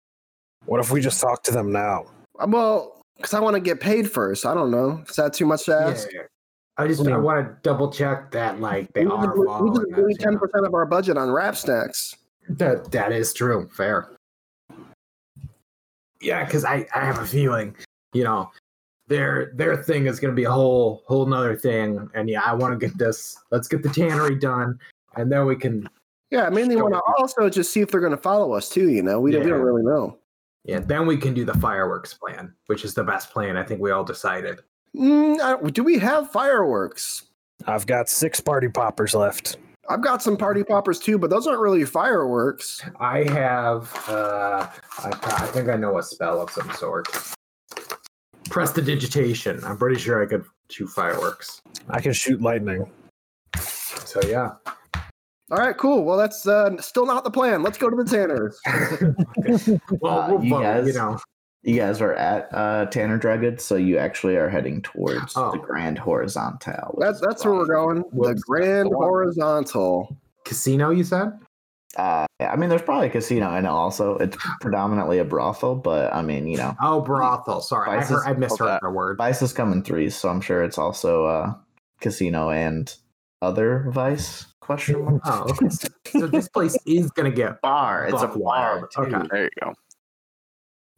Speaker 4: What if we just talk to them now?
Speaker 3: Uh, Well, because I want to get paid first. I don't know. Is that too much to ask?
Speaker 1: yeah. i just i
Speaker 4: Mm.
Speaker 1: want to double check that like they
Speaker 3: We
Speaker 1: are
Speaker 3: just- we
Speaker 1: following
Speaker 3: just
Speaker 1: us,
Speaker 3: blew
Speaker 1: you
Speaker 3: ten
Speaker 1: know.
Speaker 3: percent of our budget on rap snacks.
Speaker 1: That that is true. Fair. Yeah, because I I have a feeling, you know, their their thing is going to be a whole whole nother thing, and yeah, I want to get this. Let's get the tannery done, and then we can.
Speaker 3: Yeah, I mainly want to
Speaker 1: Sure.
Speaker 3: also just see if they're going to follow us too. You know, we, don't we don't
Speaker 1: Yeah.
Speaker 3: really know.
Speaker 1: Yeah, then we can do the fireworks plan, which is the best plan. I think we all decided.
Speaker 3: Mm, I, do we have fireworks?
Speaker 4: I've got six party poppers left.
Speaker 3: I've got some party poppers too, but those aren't really fireworks.
Speaker 1: I have. uh I, I think I know a spell of some sort. Prestidigitation. I'm pretty sure I could shoot fireworks.
Speaker 4: I can shoot lightning.
Speaker 1: So yeah.
Speaker 3: All right, cool. Well, that's uh, still not the plan. Let's go to the Tanners.
Speaker 1: well,
Speaker 2: Uh,
Speaker 1: we'll
Speaker 2: you
Speaker 1: vote, you
Speaker 2: guys-
Speaker 1: know.
Speaker 2: You guys are at uh, Tanner Dry Goods, so you actually are heading towards
Speaker 1: Oh.
Speaker 2: the Grand Horizontal. which
Speaker 3: That's
Speaker 2: is
Speaker 3: that's where we're
Speaker 2: probably-
Speaker 3: going. The
Speaker 1: Whoops.
Speaker 3: Grand
Speaker 1: Go on.
Speaker 3: Horizontal.
Speaker 1: Casino, you said?
Speaker 2: Uh, I mean, there's probably a casino in it also. It's predominantly a brothel, but I mean, you know,
Speaker 1: Oh, brothel. Sorry, I,
Speaker 2: Vices-
Speaker 1: heard, I misheard
Speaker 5: Okay.
Speaker 1: the word.
Speaker 2: Vice is coming threes, so I'm sure it's also uh, casino and other Vice question mark
Speaker 1: Oh, okay. so this place is gonna get
Speaker 2: bar. It's a
Speaker 1: Buck
Speaker 2: bar.
Speaker 1: wild. Okay.
Speaker 2: too.
Speaker 5: There you go.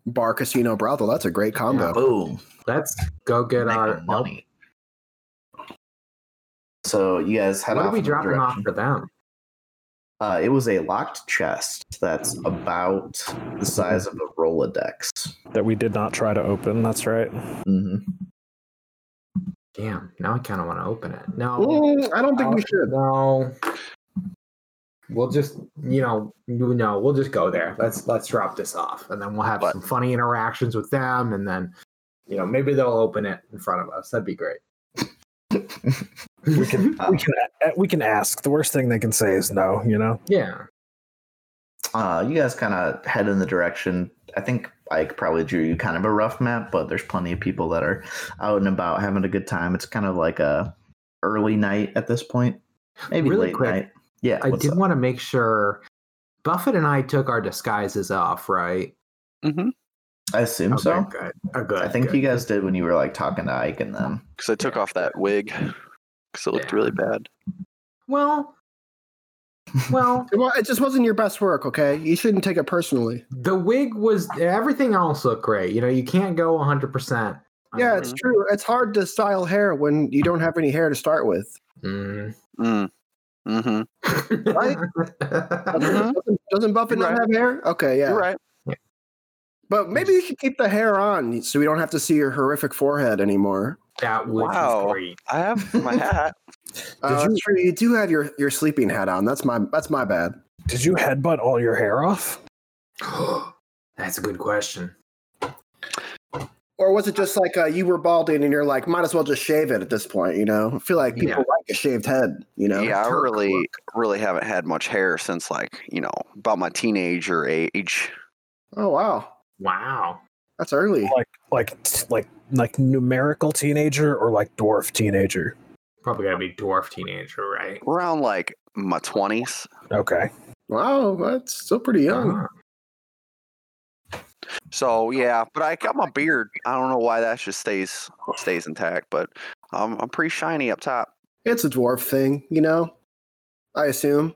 Speaker 3: Bar casino brothel. That's a great combo.
Speaker 2: Boom.
Speaker 1: Let's go get our.
Speaker 2: Making money. So you guys head
Speaker 1: What
Speaker 2: off.
Speaker 1: are we
Speaker 2: in the
Speaker 1: dropping off
Speaker 2: direction-
Speaker 1: for them?
Speaker 2: Uh, it was a locked chest that's about the size of a Rolodex.
Speaker 4: That we did not try to open. That's right.
Speaker 2: hmm
Speaker 1: Damn, now I kind of want to open it. No,
Speaker 3: Mm, I don't think we should.
Speaker 1: no. We'll just, you know, you know, we'll just go there. Let's let's drop this off, and then we'll have
Speaker 5: But-
Speaker 1: some funny interactions with them, and then, you know, maybe they'll open it in front of us. That'd be great.
Speaker 4: We can we can a- we can ask. The worst thing they can say is no. You know.
Speaker 1: *laughs* Yeah.
Speaker 2: Uh, you guys kind of head in the direction. I think Ike probably drew you kind of a rough map, but there's plenty of people that are out and about having a good time. It's kind of like a early night at this point, maybe
Speaker 1: Really
Speaker 2: late
Speaker 1: quick,
Speaker 2: night. Yeah,
Speaker 1: I
Speaker 2: what's
Speaker 1: did
Speaker 2: up?
Speaker 1: want to make sure Buffett and I took our disguises off, right?
Speaker 5: Mm-hmm.
Speaker 2: I assume so.
Speaker 1: Okay, good. Oh, good.
Speaker 2: I think
Speaker 1: good.
Speaker 2: you guys did when you were like talking to Ike and them.
Speaker 5: Because I took
Speaker 1: Yeah.
Speaker 5: off that wig because it looked
Speaker 1: Yeah.
Speaker 5: really bad.
Speaker 1: Well, well,
Speaker 3: Well, it just wasn't your best work, okay? You shouldn't take it personally.
Speaker 1: the wig was everything else looked great. You know, you can't go 100%.
Speaker 3: Yeah, it's
Speaker 1: Uh-huh.
Speaker 3: true. It's hard to style hair when you don't have any hair to start with.
Speaker 1: Mm.
Speaker 5: Mm. Mm-hmm.
Speaker 3: Right?
Speaker 1: *laughs*
Speaker 5: Mhm.
Speaker 3: Doesn't, doesn't Buffett
Speaker 5: You're
Speaker 3: not have hair? Okay, yeah.
Speaker 5: You're right.
Speaker 3: But maybe you should keep the hair on so we don't have to see your horrific forehead anymore.
Speaker 1: that would
Speaker 5: Wow.
Speaker 1: be great. *gasps*
Speaker 5: I have my hat.
Speaker 3: Oh, that's true. You do have your, your sleeping hat on. That's my that's my bad.
Speaker 4: Did you headbutt all your hair off?
Speaker 1: That's a good question.
Speaker 3: Or was it just like uh, you were balding and you're like, might as well just shave it at this point? You know, I feel like people
Speaker 1: Yeah.
Speaker 3: like a shaved head. You know,
Speaker 5: yeah, I
Speaker 1: Turk
Speaker 5: really,
Speaker 1: look.
Speaker 5: really haven't had much hair since like you know about my teenager age.
Speaker 3: Oh wow,
Speaker 1: Wow.
Speaker 3: that's early.
Speaker 4: Like like like like numerical teenager or like dwarf teenager?
Speaker 1: Probably gotta be dwarf teenager, right?
Speaker 5: Around like my twenties.
Speaker 4: Okay.
Speaker 3: Wow, that's still pretty young.
Speaker 1: Uh-huh.
Speaker 5: So yeah, but I got my beard. I don't know why that just stays stays intact, but um, I'm I'm pretty shiny up top.
Speaker 3: It's a dwarf thing, you know. I assume.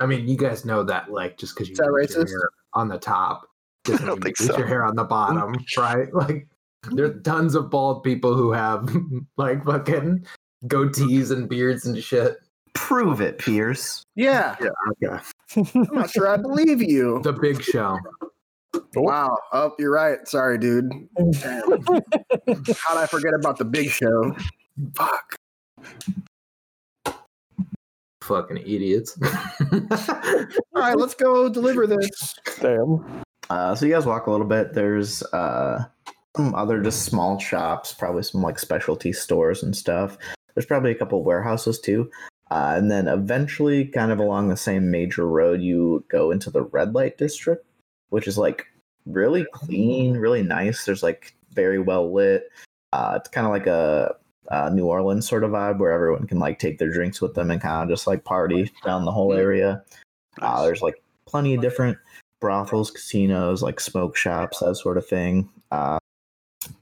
Speaker 1: I mean, you guys know that, like, just because you
Speaker 3: Is that
Speaker 1: lose your
Speaker 3: racist?
Speaker 1: hair on the
Speaker 5: *laughs*
Speaker 1: top doesn't
Speaker 5: I don't
Speaker 1: mean
Speaker 5: think
Speaker 1: you lose
Speaker 5: so.
Speaker 1: your hair on the
Speaker 5: *laughs*
Speaker 1: bottom, right? *laughs* Like, there's tons of bald people who have *laughs* like fucking goatees and beards and shit.
Speaker 2: Prove it, Pierce.
Speaker 3: Yeah,
Speaker 1: Okay.
Speaker 3: I'm not sure I believe you.
Speaker 1: The Big Show.
Speaker 3: Wow. Oh, you're right. Sorry,
Speaker 2: *laughs*
Speaker 3: dude. How'd I forget about the big show? Fuck.
Speaker 1: Fucking
Speaker 5: *laughs*
Speaker 1: idiots. *laughs*
Speaker 3: All right, let's go deliver this.
Speaker 4: Damn.
Speaker 2: Uh, so you guys walk a little bit. There's uh, some other just small shops, probably some like specialty stores and stuff. There's probably a couple warehouses too. Uh, and then eventually, kind of along the same major road, you go into the red light district, which is like really clean, really nice. There's like very well lit. Uh, it's kind of like a, uh New Orleans sort of vibe where everyone can like take their drinks with them and kind of just like party down the whole area. Uh, there's like plenty of different brothels, casinos, like smoke shops, that sort of thing. Uh,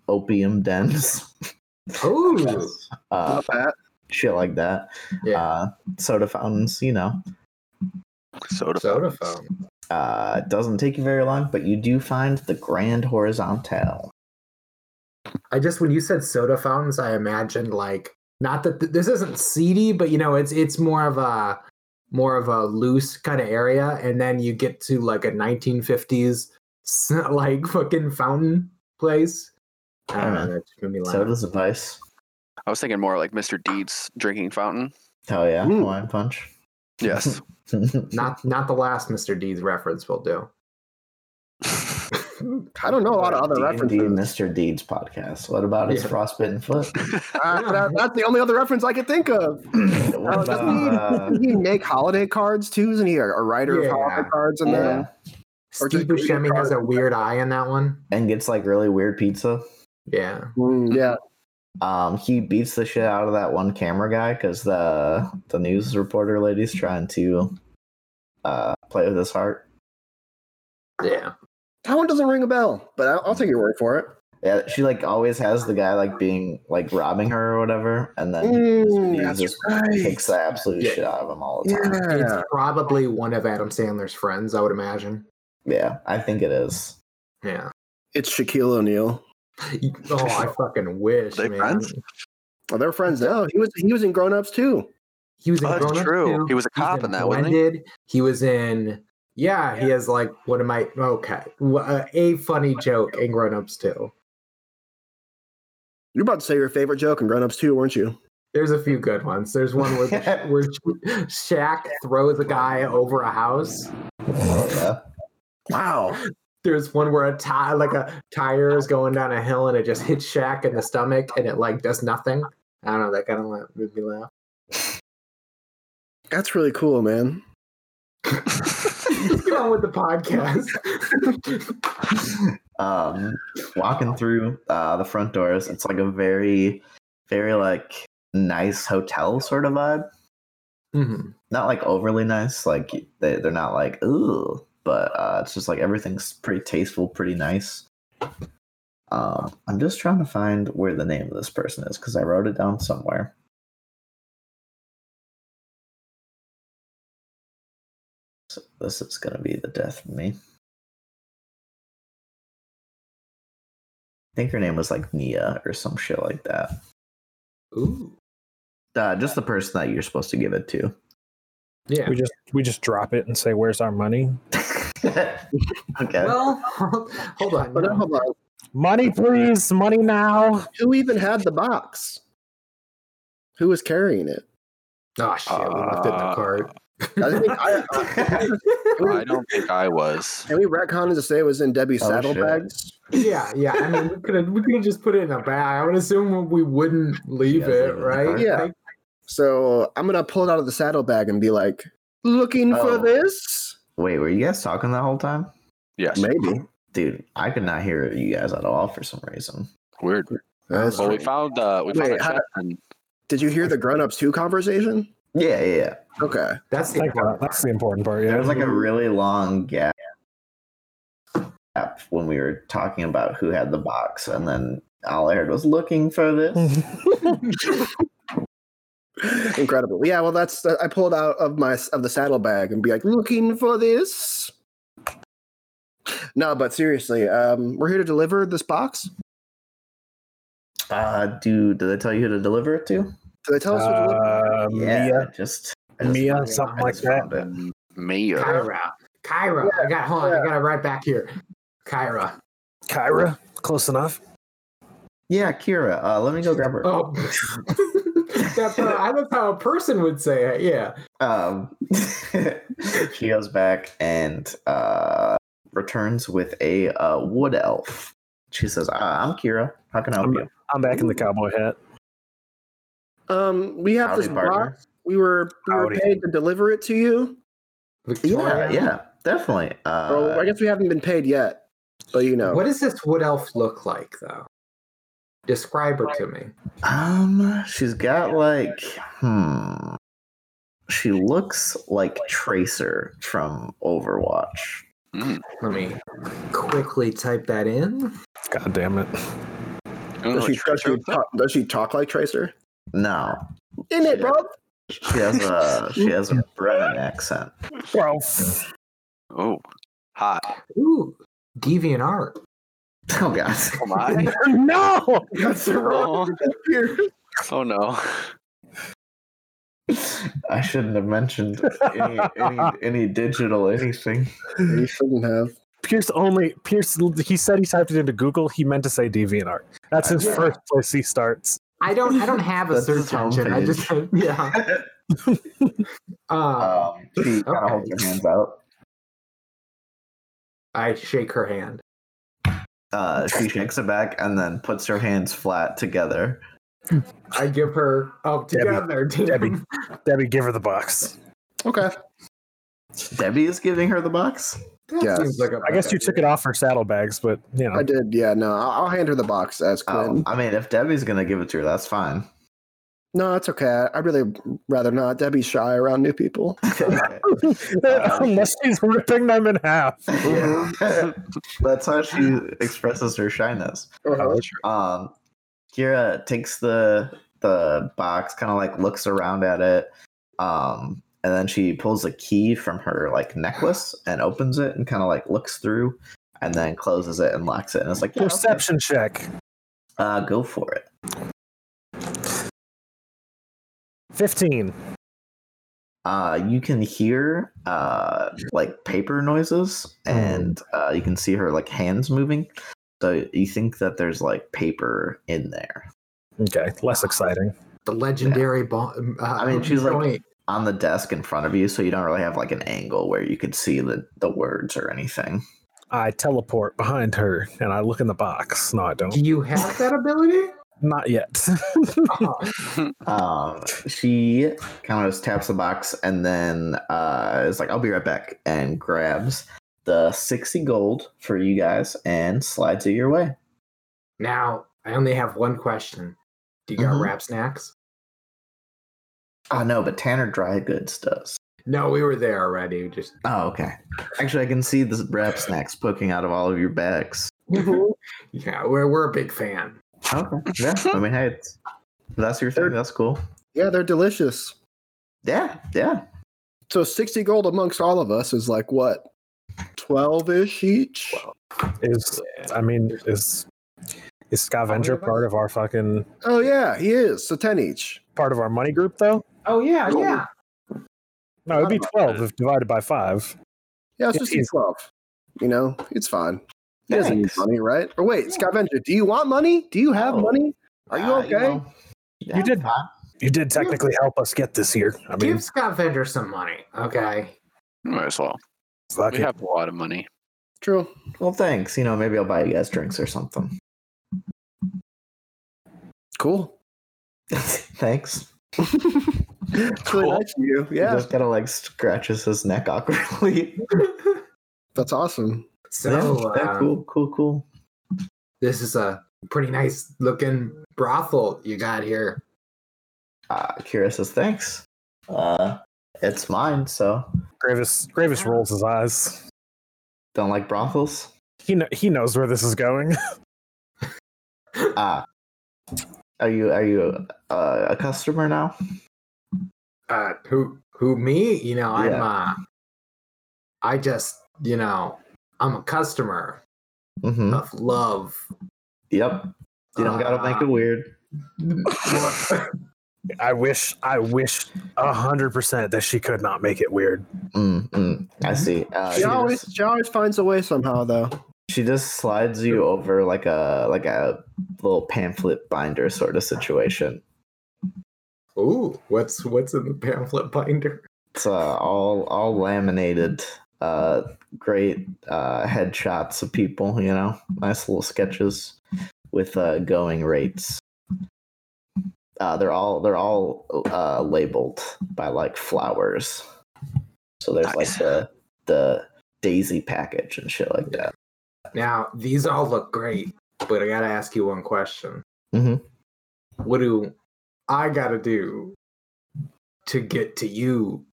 Speaker 2: opium dens, *laughs*
Speaker 1: Ooh.
Speaker 2: uh,
Speaker 3: Not bad.
Speaker 2: shit like that.
Speaker 1: Yeah.
Speaker 2: Uh, soda fountains, you know.
Speaker 5: Soda.
Speaker 1: Soda
Speaker 5: fountains.
Speaker 1: phone.
Speaker 2: Uh, it doesn't take you very long, but you do find the Grand Horizontal.
Speaker 1: I just when you said soda fountains, I imagined like not that th- this isn't seedy, but you know it's it's more of a more of a loose kind of area, and then you get to like a 1950s s- *laughs* like fucking fountain place. I don't know. That just made me laugh.
Speaker 2: Soda's advice.
Speaker 5: I was thinking more like Mr. Deeds drinking fountain.
Speaker 2: Oh, yeah.
Speaker 3: Mm.
Speaker 2: Hawaiian Punch. *laughs*
Speaker 5: Yes. Oh,
Speaker 1: Not not the last Mr. D's reference will do.
Speaker 3: I don't know a lot of other
Speaker 2: D&D
Speaker 3: references.
Speaker 2: Mr. Deeds podcast. What about his
Speaker 1: Yeah.
Speaker 2: frostbitten
Speaker 3: *laughs*
Speaker 2: foot?
Speaker 3: Uh, that- that's the only other reference I could think
Speaker 2: *clears throat*
Speaker 3: of.
Speaker 2: what
Speaker 3: Oh, doesn't, he,
Speaker 2: about, uh,
Speaker 3: doesn't he make holiday cards too? Isn't he a, a writer
Speaker 1: Yeah.
Speaker 3: of holiday cards? And
Speaker 2: yeah.
Speaker 3: then Or
Speaker 1: Steve
Speaker 3: just read your
Speaker 1: Buscemi has a
Speaker 3: card.
Speaker 1: weird eye in that one.
Speaker 2: And gets like really weird pizza.
Speaker 1: Yeah.
Speaker 3: Mm, yeah,
Speaker 2: Um, he beats the shit out of that one camera guy because the the news reporter lady's trying to uh, play with his heart.
Speaker 1: Yeah.
Speaker 3: that one doesn't ring a bell, but I'll, I'll take your word for it.
Speaker 2: Yeah, she like always has the guy like being like robbing her or whatever, and then
Speaker 3: Mm,
Speaker 2: he
Speaker 3: that's
Speaker 2: Uh, just
Speaker 3: right.
Speaker 2: kicks the absolute
Speaker 1: Yeah.
Speaker 2: shit out of him all the time.
Speaker 3: Yeah.
Speaker 1: It's probably one of Adam Sandler's friends, I would imagine.
Speaker 2: Yeah, I think it is.
Speaker 1: Yeah. *laughs*
Speaker 3: It's Shaquille O'Neal.
Speaker 1: Oh, I fucking wish,
Speaker 5: They
Speaker 1: man.
Speaker 5: friends?
Speaker 3: Well, they're friends now. He was he was in Grown Ups too.
Speaker 1: He was in
Speaker 5: Oh, that's
Speaker 1: Grown Ups
Speaker 5: true.
Speaker 1: too.
Speaker 5: He was a
Speaker 1: He's
Speaker 5: cop in that, wasn't he?
Speaker 1: Blended. He was in. Yeah, he has like one of my okay wh- uh, a funny joke in Grown Ups too.
Speaker 3: You're about to say your favorite joke in Grown Ups too, weren't you?
Speaker 1: There's a few good ones. There's one where
Speaker 5: *laughs*
Speaker 1: the- where Sha- Shaq throws a guy over a house.
Speaker 2: Yeah.
Speaker 3: Wow.
Speaker 1: There's one where a tire like a tire is going down a hill and it just hits Shaq in the stomach and it like does nothing. I don't know. That kind of made me laugh.
Speaker 3: That's really cool, man.
Speaker 1: Get on with the
Speaker 5: *laughs*
Speaker 1: podcast. *laughs*
Speaker 2: um, walking through uh, the front doors. It's like a very, very like nice hotel sort of vibe.
Speaker 1: Mhm.
Speaker 2: Not like overly nice. Like they they're not like ooh, but uh, it's just like everything's pretty tasteful, pretty nice. Um, I'm just trying to find where the name of this person is because I wrote it down somewhere. So this is gonna be the death of me. I think her name was like Nia or some shit like that.
Speaker 1: Ooh.
Speaker 2: Uh, just the person that you're supposed to give it to. *laughs*
Speaker 1: Yeah.
Speaker 4: We just we just drop it and say, "Where's our money?
Speaker 2: okay.
Speaker 1: Well, *laughs* hold on.
Speaker 3: But
Speaker 5: uh,
Speaker 1: no.
Speaker 3: hold on.
Speaker 4: Money, please! Money now!"
Speaker 3: Who even had the box? Who was carrying it?
Speaker 1: Oh shit, we left it in the
Speaker 5: Uh,
Speaker 1: cart.
Speaker 3: I think I, uh,
Speaker 1: *laughs*
Speaker 5: *laughs* I don't think I was.
Speaker 3: Can we retcon it to say it was in Debbie's
Speaker 2: Oh, shit.
Speaker 3: saddlebags?
Speaker 1: yeah, yeah. I mean, we could have we could have just put it in a bag. I would assume we wouldn't leave
Speaker 2: Yeah, leave it
Speaker 1: it,
Speaker 2: in the
Speaker 1: right?
Speaker 2: cart.
Speaker 3: Yeah.
Speaker 1: Like,
Speaker 3: So I'm gonna pull it out of the saddlebag and be like, "Looking
Speaker 2: Oh.
Speaker 3: for this?
Speaker 2: Wait, were you guys talking the whole time?
Speaker 5: Yes.
Speaker 3: Maybe."
Speaker 2: Dude, I could not hear you guys at all for some reason.
Speaker 5: Weird.
Speaker 3: That's
Speaker 5: Well, we
Speaker 3: strange.
Speaker 5: found uh, we found
Speaker 3: Wait,
Speaker 5: a
Speaker 3: how-
Speaker 5: chest and
Speaker 3: Did you hear the grown-ups two conversation?
Speaker 2: Yeah, yeah, yeah.
Speaker 3: Okay. *laughs*
Speaker 1: that's the
Speaker 4: Like, uh, that's the important part.
Speaker 2: There
Speaker 4: Yeah,
Speaker 2: was like a really long gap gap when we were talking about who had the box, and then all I heard was looking for this.
Speaker 3: Incredible. Yeah. Well, that's uh, I pulled out of my of the saddlebag and be like, "Looking for this." No, but seriously, um, we're here to deliver this box.
Speaker 2: Uh, do did they tell you who to deliver it to?
Speaker 3: Do they tell us? who delivered it?
Speaker 4: uh,
Speaker 2: yeah,
Speaker 4: Mia,
Speaker 2: I just I just
Speaker 4: Mia,
Speaker 2: found it.
Speaker 4: something
Speaker 2: I
Speaker 4: like
Speaker 2: just
Speaker 4: that.
Speaker 2: found it.
Speaker 5: Mia.
Speaker 1: Kyra. Kyra. I got hold on, I got it right back here. Kyra.
Speaker 4: Kyra, close enough.
Speaker 2: Yeah, Kira. Uh, let me go grab her.
Speaker 1: Oh that's how, I that's how a person would say it, yeah.
Speaker 2: Um, *laughs* she goes back and uh, returns with a uh, wood elf. She says, uh, "I'm Kira. How can I help
Speaker 4: I'm-
Speaker 2: you?"
Speaker 4: I'm back in the cowboy hat.
Speaker 3: Um, we have
Speaker 2: Howdy,
Speaker 3: this
Speaker 2: partner.
Speaker 3: box. We were we were
Speaker 4: Howdy.
Speaker 3: paid to deliver it to you.
Speaker 2: Yeah,
Speaker 1: Victoria.
Speaker 2: yeah, definitely.
Speaker 3: Well, I
Speaker 2: Uh,
Speaker 3: guess we haven't been paid yet, but you know.
Speaker 1: What does this wood elf look like though? Describe her to me.
Speaker 2: um, she's got like, hmm, she looks like Tracer from Overwatch.
Speaker 5: Mm.
Speaker 1: Let me quickly type that in.
Speaker 4: God damn it!
Speaker 5: Oh,
Speaker 3: Does she, does, she
Speaker 5: Tracer-
Speaker 3: talk, does she talk like Tracer?
Speaker 2: No,
Speaker 3: In it, bro.
Speaker 2: she has a she has a Brennan accent. *laughs*
Speaker 4: Bro,
Speaker 5: Oh, hot.
Speaker 1: Ooh, deviant art.
Speaker 2: Oh God, *laughs*
Speaker 5: Come on.
Speaker 4: *laughs* *laughs* no!
Speaker 3: That's
Speaker 5: *laughs*
Speaker 3: the wrong.
Speaker 5: Oh,
Speaker 2: *laughs*
Speaker 5: oh no. *laughs*
Speaker 2: I shouldn't have mentioned any, any any digital anything.
Speaker 3: You shouldn't have.
Speaker 4: Pierce only Pierce. He said he typed it into Google. He meant to say DeviantArt. That's his
Speaker 1: Yeah.
Speaker 4: first place he starts.
Speaker 1: I don't I don't have a
Speaker 2: That's his
Speaker 1: search engine. I just *laughs* yeah. Um,
Speaker 2: Um,
Speaker 3: *laughs*
Speaker 2: she kind
Speaker 1: Okay.
Speaker 2: of holds her hands out.
Speaker 1: I shake her hand.
Speaker 2: Uh, she shakes it back and then puts her hands flat together.
Speaker 1: I give her oh
Speaker 4: Debbie.
Speaker 1: together. damn.
Speaker 4: Debbie. Debbie, give her the box.
Speaker 3: Okay.
Speaker 2: Debbie is giving her the box.
Speaker 1: *laughs* That
Speaker 3: Yes.
Speaker 1: seems like a
Speaker 4: I guess you took it off her saddlebags, but you know.
Speaker 3: I did. Yeah. No, I'll, I'll hand her the box as
Speaker 2: Um,
Speaker 3: Quinn.
Speaker 2: I mean, if Debbie's gonna give it to her, that's fine. *laughs*
Speaker 3: no, it's okay. I'd really rather not. Debbie's shy around new people.
Speaker 4: Unless she's Uh, ripping them in half.
Speaker 2: Yeah. that's how she expresses her shyness.
Speaker 1: Oh,
Speaker 2: Um, Kira takes the the box, kind of like looks around at it, um, and then she pulls a key from her like necklace and opens it and kind of like looks through, and then closes it and locks it. And it's like yeah, okay.
Speaker 4: Perception check.
Speaker 2: Uh, go for it.
Speaker 4: Fifteen.
Speaker 2: Uh, you can hear uh like paper noises, and uh, you can see her like hands moving. So you think that there's like paper in there.
Speaker 4: Okay. Less exciting.
Speaker 1: the legendary bomb. Uh,
Speaker 2: I mean, she's like-
Speaker 1: joint.
Speaker 2: on the desk in front of you, so you don't really have like an angle where you could see the, the words or anything.
Speaker 4: I teleport behind her and I look in the box. No, I don't.
Speaker 1: do you have that ability? Oh,
Speaker 4: Not yet.
Speaker 2: Um, she kind of just taps the box and then uh, is like, I'll be right back, and grabs the 60 gold for you guys and slides it your way.
Speaker 1: Now, I only have one question. Do you got
Speaker 2: Mhm.
Speaker 1: wrap snacks?
Speaker 2: Oh, no, but Tanner Dry Goods does.
Speaker 1: No, we were there already. Just
Speaker 2: Oh, okay. Actually, I can see the wrap snacks poking out of all of your bags.
Speaker 1: *laughs* yeah, we're we're a big fan.
Speaker 2: Okay. *laughs* Yeah. I mean, hey, it's, if that's your thing. That's cool.
Speaker 3: Yeah, they're delicious.
Speaker 2: Yeah. Yeah.
Speaker 3: So sixty gold amongst all of us is like what, twelve ish each.
Speaker 4: is I mean is is Scavenger
Speaker 1: of us?
Speaker 4: part of our fucking
Speaker 3: Oh yeah, he is. So ten each.
Speaker 4: part of our money group though?
Speaker 1: Oh yeah, yeah.
Speaker 4: No, it'd be
Speaker 3: Forgot
Speaker 4: twelve if divided by five.
Speaker 3: Yeah, it's
Speaker 4: Yeah,
Speaker 3: just
Speaker 4: he's-
Speaker 3: twelve. You know, it's fine. He doesn't need
Speaker 2: Thanks.
Speaker 3: money, right? Or wait, Scavenger, do you want money? Do you have
Speaker 2: No.
Speaker 3: money? Are you
Speaker 2: Uh,
Speaker 3: okay?
Speaker 2: know, yeah,
Speaker 4: You did-
Speaker 2: fine.
Speaker 4: You did technically help us get this here. I mean,
Speaker 1: Give Scott Vendor some money, okay?
Speaker 5: Might as well.
Speaker 4: fuck
Speaker 5: We
Speaker 4: it.
Speaker 5: have a lot of money.
Speaker 3: True.
Speaker 2: Well, thanks. You know, maybe I'll buy you guys drinks or something.
Speaker 3: Cool.
Speaker 2: thanks.
Speaker 3: It's really
Speaker 5: Cool.
Speaker 3: nice of you.
Speaker 2: He
Speaker 3: Yeah,
Speaker 2: just kind of like scratches his neck awkwardly. *laughs*
Speaker 3: that's awesome.
Speaker 1: so
Speaker 2: Yeah, yeah,
Speaker 1: uh,
Speaker 2: cool, cool, cool.
Speaker 1: this is a pretty nice looking brothel you got here.
Speaker 2: Uh, Kira says thanks. Uh, it's mine, so
Speaker 4: Gravis Gravis rolls his eyes.
Speaker 2: don't like brothels.
Speaker 4: He kn- he knows where this is going.
Speaker 2: Ah, are you are you uh, a customer now?
Speaker 1: Uh who who me? You know, I'm
Speaker 2: Yeah.
Speaker 1: uh I just, you know, I'm a customer
Speaker 2: Mm-hmm.
Speaker 1: of
Speaker 2: *laughs*
Speaker 1: love.
Speaker 2: Yep. You don't gotta make it weird.
Speaker 1: it
Speaker 4: I wish I wish a hundred percent that she could not make it weird.
Speaker 2: Mm, mm, I see. Uh, she,
Speaker 3: She always
Speaker 2: just,
Speaker 3: she always finds a way somehow though.
Speaker 2: she just slides you over like a like a little pamphlet binder sort of situation.
Speaker 1: Ooh, what's what's in the pamphlet binder?
Speaker 2: It's uh, all all laminated, uh, great uh, headshots of people. You know, nice little sketches with uh, going rates. Uh, they're all they're all uh, labeled by like flowers. So there's like
Speaker 5: Nice.
Speaker 2: the the daisy package and shit like that.
Speaker 1: Now, these all look great, but I gotta ask you one question.
Speaker 2: Mhm.
Speaker 1: What do I gotta do to get to you,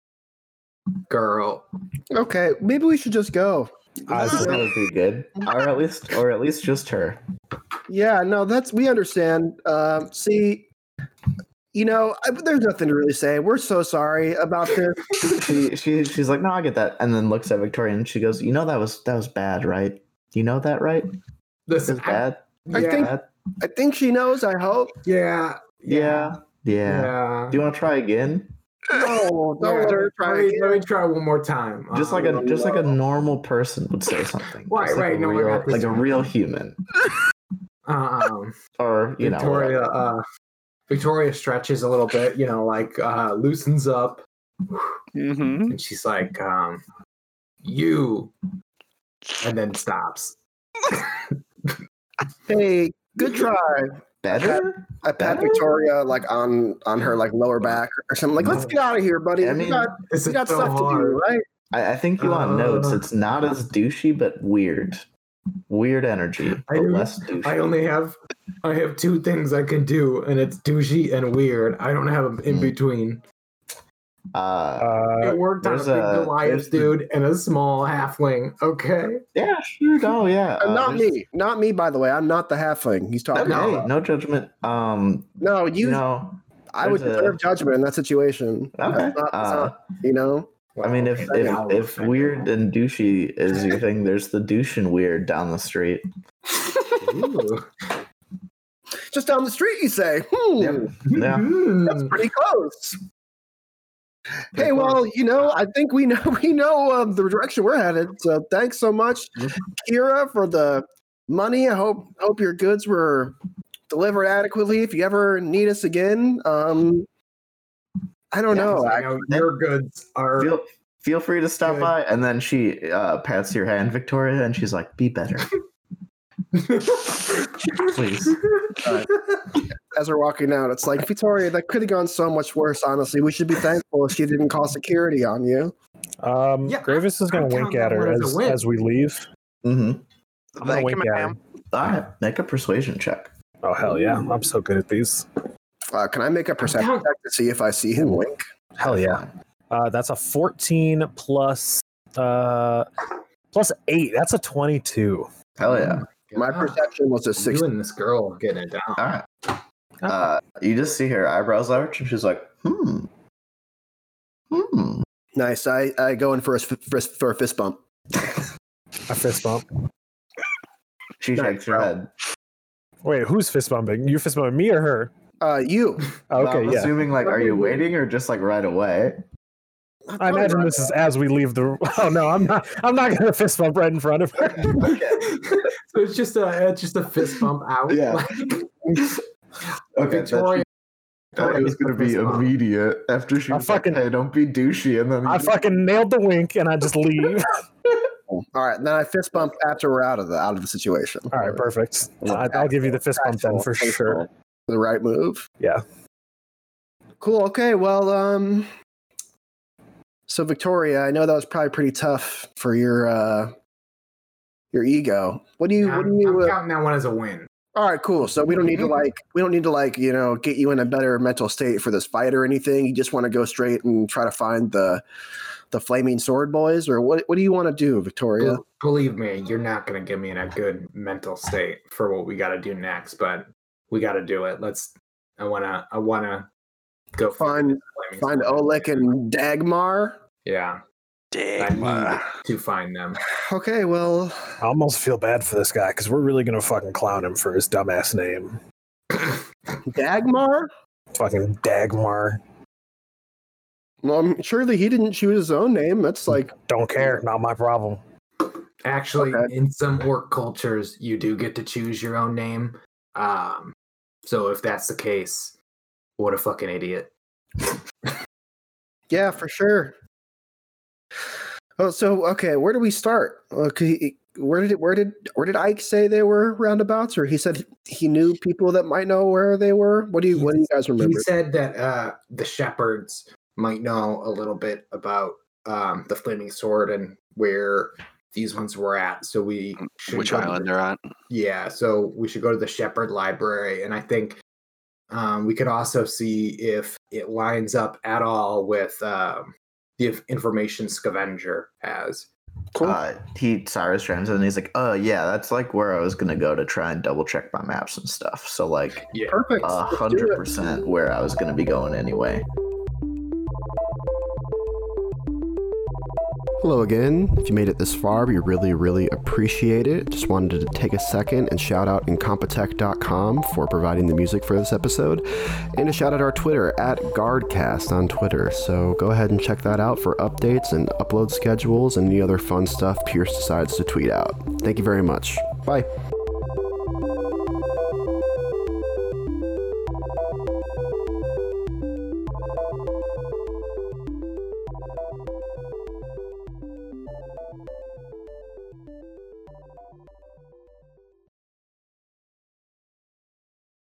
Speaker 1: girl?
Speaker 3: Okay, maybe we should just go.
Speaker 4: I
Speaker 2: So that would be good, or at least or at least just her.
Speaker 3: Yeah, no, that's we understand. Um, see, you know, I, there's nothing to really say. We're so sorry about this.
Speaker 2: She, she she's like, no, I get that, and then looks at Victoria and she goes, you know, that was that was bad, right? You know that, right? This
Speaker 1: Listen,
Speaker 2: is
Speaker 1: I,
Speaker 2: bad.
Speaker 3: I
Speaker 1: yeah,
Speaker 3: think-
Speaker 2: Bad?
Speaker 3: I think she knows. I hope.
Speaker 1: yeah,
Speaker 2: Yeah. Yeah.
Speaker 1: yeah.
Speaker 2: Do you want to try again?
Speaker 3: No,
Speaker 1: Yeah,
Speaker 3: don't let her
Speaker 1: let
Speaker 3: try.
Speaker 1: me-
Speaker 3: again.
Speaker 1: Let me try one more time.
Speaker 2: Just like *laughs* a just like a normal person would say something.
Speaker 1: Um, Right,
Speaker 2: Just like
Speaker 1: right,
Speaker 2: A
Speaker 1: no, I
Speaker 2: real,
Speaker 1: got this.
Speaker 2: like a real human,
Speaker 1: a um,
Speaker 2: or *laughs* you know,
Speaker 1: Victoria.
Speaker 2: whatever.
Speaker 1: uh, Victoria stretches a little bit, you know, like uh, loosens up,
Speaker 5: Mm-hmm.
Speaker 1: and she's like, um, "You," and then stops.
Speaker 3: Hey, good try.
Speaker 2: better.
Speaker 3: I pat
Speaker 2: Better?
Speaker 3: Victoria like on on her like lower back or something. Like, let's get out of here, buddy.
Speaker 2: I
Speaker 3: we
Speaker 2: mean,
Speaker 3: got
Speaker 1: This
Speaker 3: we
Speaker 1: is
Speaker 3: got
Speaker 1: so
Speaker 3: stuff
Speaker 1: hard.
Speaker 3: to do, right?
Speaker 2: I, I think you want notes.
Speaker 1: Uh.
Speaker 2: It's not as douchey, but weird. Weird energy, but
Speaker 1: do-
Speaker 2: less douchey.
Speaker 1: I only have I have two things I can do, and it's douchey and weird. I don't have them in
Speaker 2: Mm.
Speaker 1: between.
Speaker 2: uh,
Speaker 4: Uh,
Speaker 1: It worked on a
Speaker 2: there's
Speaker 1: big
Speaker 2: a-
Speaker 1: Goliath
Speaker 2: there's-
Speaker 1: dude and a small halfling. Okay,
Speaker 2: yeah, sure, no, yeah.
Speaker 3: Uh,
Speaker 2: uh,
Speaker 3: not
Speaker 2: there's-
Speaker 3: me. Not me, by the way. I'm not the halfling. He's talking.
Speaker 2: Okay,
Speaker 1: No.
Speaker 3: about.
Speaker 2: no judgment. Um,
Speaker 3: No,
Speaker 2: you,
Speaker 3: you.
Speaker 2: know,
Speaker 3: I would
Speaker 2: there's a-
Speaker 3: deserve judgment in that situation.
Speaker 2: okay.
Speaker 3: That's not, that's
Speaker 2: Uh,
Speaker 3: not, you know.
Speaker 2: I mean, if
Speaker 1: Okay,
Speaker 2: if,
Speaker 1: now-
Speaker 2: if weird and douchey is your thing, there's the douche and weird down the street.
Speaker 1: Ooh.
Speaker 3: Just down the street, you say. Hmm,
Speaker 2: Yep. Yeah.
Speaker 3: That's
Speaker 1: Mm.
Speaker 3: pretty close. Hey, well, you know, I think we know *laughs* we know uh, the direction we're headed. So thanks so much, Kira, for the money. I hope hope your goods were delivered adequately. If you ever need us again, um, I don't
Speaker 2: Yeah,
Speaker 3: know.
Speaker 1: I
Speaker 3: I,
Speaker 1: know your goods are.
Speaker 2: feel feel free to stop
Speaker 1: Good.
Speaker 4: *laughs*
Speaker 2: by and then she uh, pats your hand victoria and she's like be better Please.
Speaker 3: as we're walking out, it's like Victoria, that could have gone so much worse. Honestly, we should be thankful she didn't call security on you.
Speaker 4: Um,
Speaker 1: Yeah,
Speaker 4: Gravis is going
Speaker 1: I'm
Speaker 4: to wink
Speaker 1: counting
Speaker 4: at
Speaker 1: that
Speaker 4: her
Speaker 1: one as a
Speaker 4: as,
Speaker 1: win.
Speaker 4: as we leave.
Speaker 2: Mm-hmm.
Speaker 4: I'm going to
Speaker 5: Thank you,
Speaker 4: wink at her.
Speaker 5: ma'am.
Speaker 2: All right, make a persuasion check.
Speaker 4: Oh, hell yeah. I'm so good at these.
Speaker 3: Uh, can I make a perception check to see if I see him wink?
Speaker 4: Hell yeah. Uh, that's a 14 plus, uh, plus 8. That's a 22.
Speaker 2: Hell
Speaker 4: Mm.
Speaker 2: yeah.
Speaker 3: My perception was a six.
Speaker 1: You and this girl getting it
Speaker 3: *laughs*
Speaker 1: down.
Speaker 2: All right.
Speaker 4: Oh.
Speaker 2: Uh, you just see her eyebrows arch, and she's like, "Hmm, hmm."
Speaker 3: Nice. I, I go in for a, s- for, a s- for a fist bump.
Speaker 4: A fist bump.
Speaker 2: She shakes her head.
Speaker 4: Wait, who's fist bumping? You fist bumping me or her?
Speaker 3: Uh, you.
Speaker 4: Oh,
Speaker 2: But
Speaker 4: okay,
Speaker 2: I'm
Speaker 4: yeah.
Speaker 2: Assuming like, are you waiting or just like right away?
Speaker 4: I imagine this is as we leave the. *laughs* Oh no, I'm not. I'm not going to fist bump right in front of her.
Speaker 1: *laughs* so it's just a it's just a fist bump out.
Speaker 2: Yeah.
Speaker 1: Like,
Speaker 4: Uh,
Speaker 2: Okay, that's-
Speaker 1: Victoria.
Speaker 2: thought it was gonna be
Speaker 1: Fist bump.
Speaker 2: immediate after she
Speaker 4: I
Speaker 2: was like,
Speaker 4: fucking-
Speaker 2: "Hey, don't be douchey," and then
Speaker 4: I fucking nailed the wink and I just leave.
Speaker 3: All right. Then I fist bump after we're out of the out of the situation.
Speaker 4: All right, perfect. I, I'll give you the fist bump then for
Speaker 3: Actual-
Speaker 4: sure.
Speaker 3: The right move.
Speaker 4: Yeah.
Speaker 3: Cool. Okay. Well, um, so Victoria, I know that was probably pretty tough for your uh your ego. What do you? What do
Speaker 1: I'm,
Speaker 3: you?
Speaker 1: I'm
Speaker 3: uh,
Speaker 1: counting that one as a win.
Speaker 3: All right, cool. So we don't need to
Speaker 1: Mhm.
Speaker 3: like we don't need to like, you know, get you in a better mental state for this fight or anything. You just want to go straight and try to find the the flaming sword boys or what what do you want to do, Victoria?
Speaker 1: Bel- Believe me, you're not going to get me in a good mental state for what we got to do next, but we got to do it. Let's. I wanna. I wanna go
Speaker 3: Find-
Speaker 1: flaming
Speaker 3: Find
Speaker 1: sword.
Speaker 3: Oleg and Dagmar?
Speaker 1: Yeah, I
Speaker 5: Dang.
Speaker 1: need
Speaker 5: uh,
Speaker 1: to find them. *laughs*
Speaker 3: Okay, well,
Speaker 4: I almost feel bad for this guy because we're really going to fucking clown him for his dumbass name.
Speaker 3: Dagmar?
Speaker 4: Fucking Dagmar.
Speaker 3: Well, I'm surely he didn't choose his own name. That's like
Speaker 4: Don't care. Not my problem.
Speaker 1: Actually,
Speaker 3: Okay.
Speaker 1: in some orc cultures, you do get to choose your own name. Um, so if that's the case, what a fucking idiot.
Speaker 3: yeah, for sure. Oh, so okay, where do we start? Okay, where did where did where did Ike say they were roundabouts, or he said he knew people that might know where they were? What do you what do you guys remember?
Speaker 1: He said that uh, the shepherds might know a little bit about um, the flaming sword and where these ones were at. So we should
Speaker 5: which
Speaker 1: go to
Speaker 5: island
Speaker 1: the-
Speaker 5: they're on?
Speaker 1: Yeah, so we should go to the shepherd library, and I think um, we could also see if it lines up at all with um, the inf- information scavenger has.
Speaker 2: uh, he Cyrus turns and he's like, "Oh yeah, that's like where I was gonna go to try and double check my maps and stuff." So like,
Speaker 1: Yeah.
Speaker 3: Perfect.
Speaker 2: a
Speaker 3: Let's do
Speaker 2: hundred
Speaker 3: it.
Speaker 2: percent where I was gonna be going anyway.
Speaker 6: Hello again. If you made it this far, we really, really appreciate it. Just wanted to take a second and shout out Incompetech.com for providing the music for this episode, and to shout out our Twitter at GuardCast on Twitter. So go ahead and check that out for updates and upload schedules and any other fun stuff Pierce decides to tweet out. Thank you very much. Bye.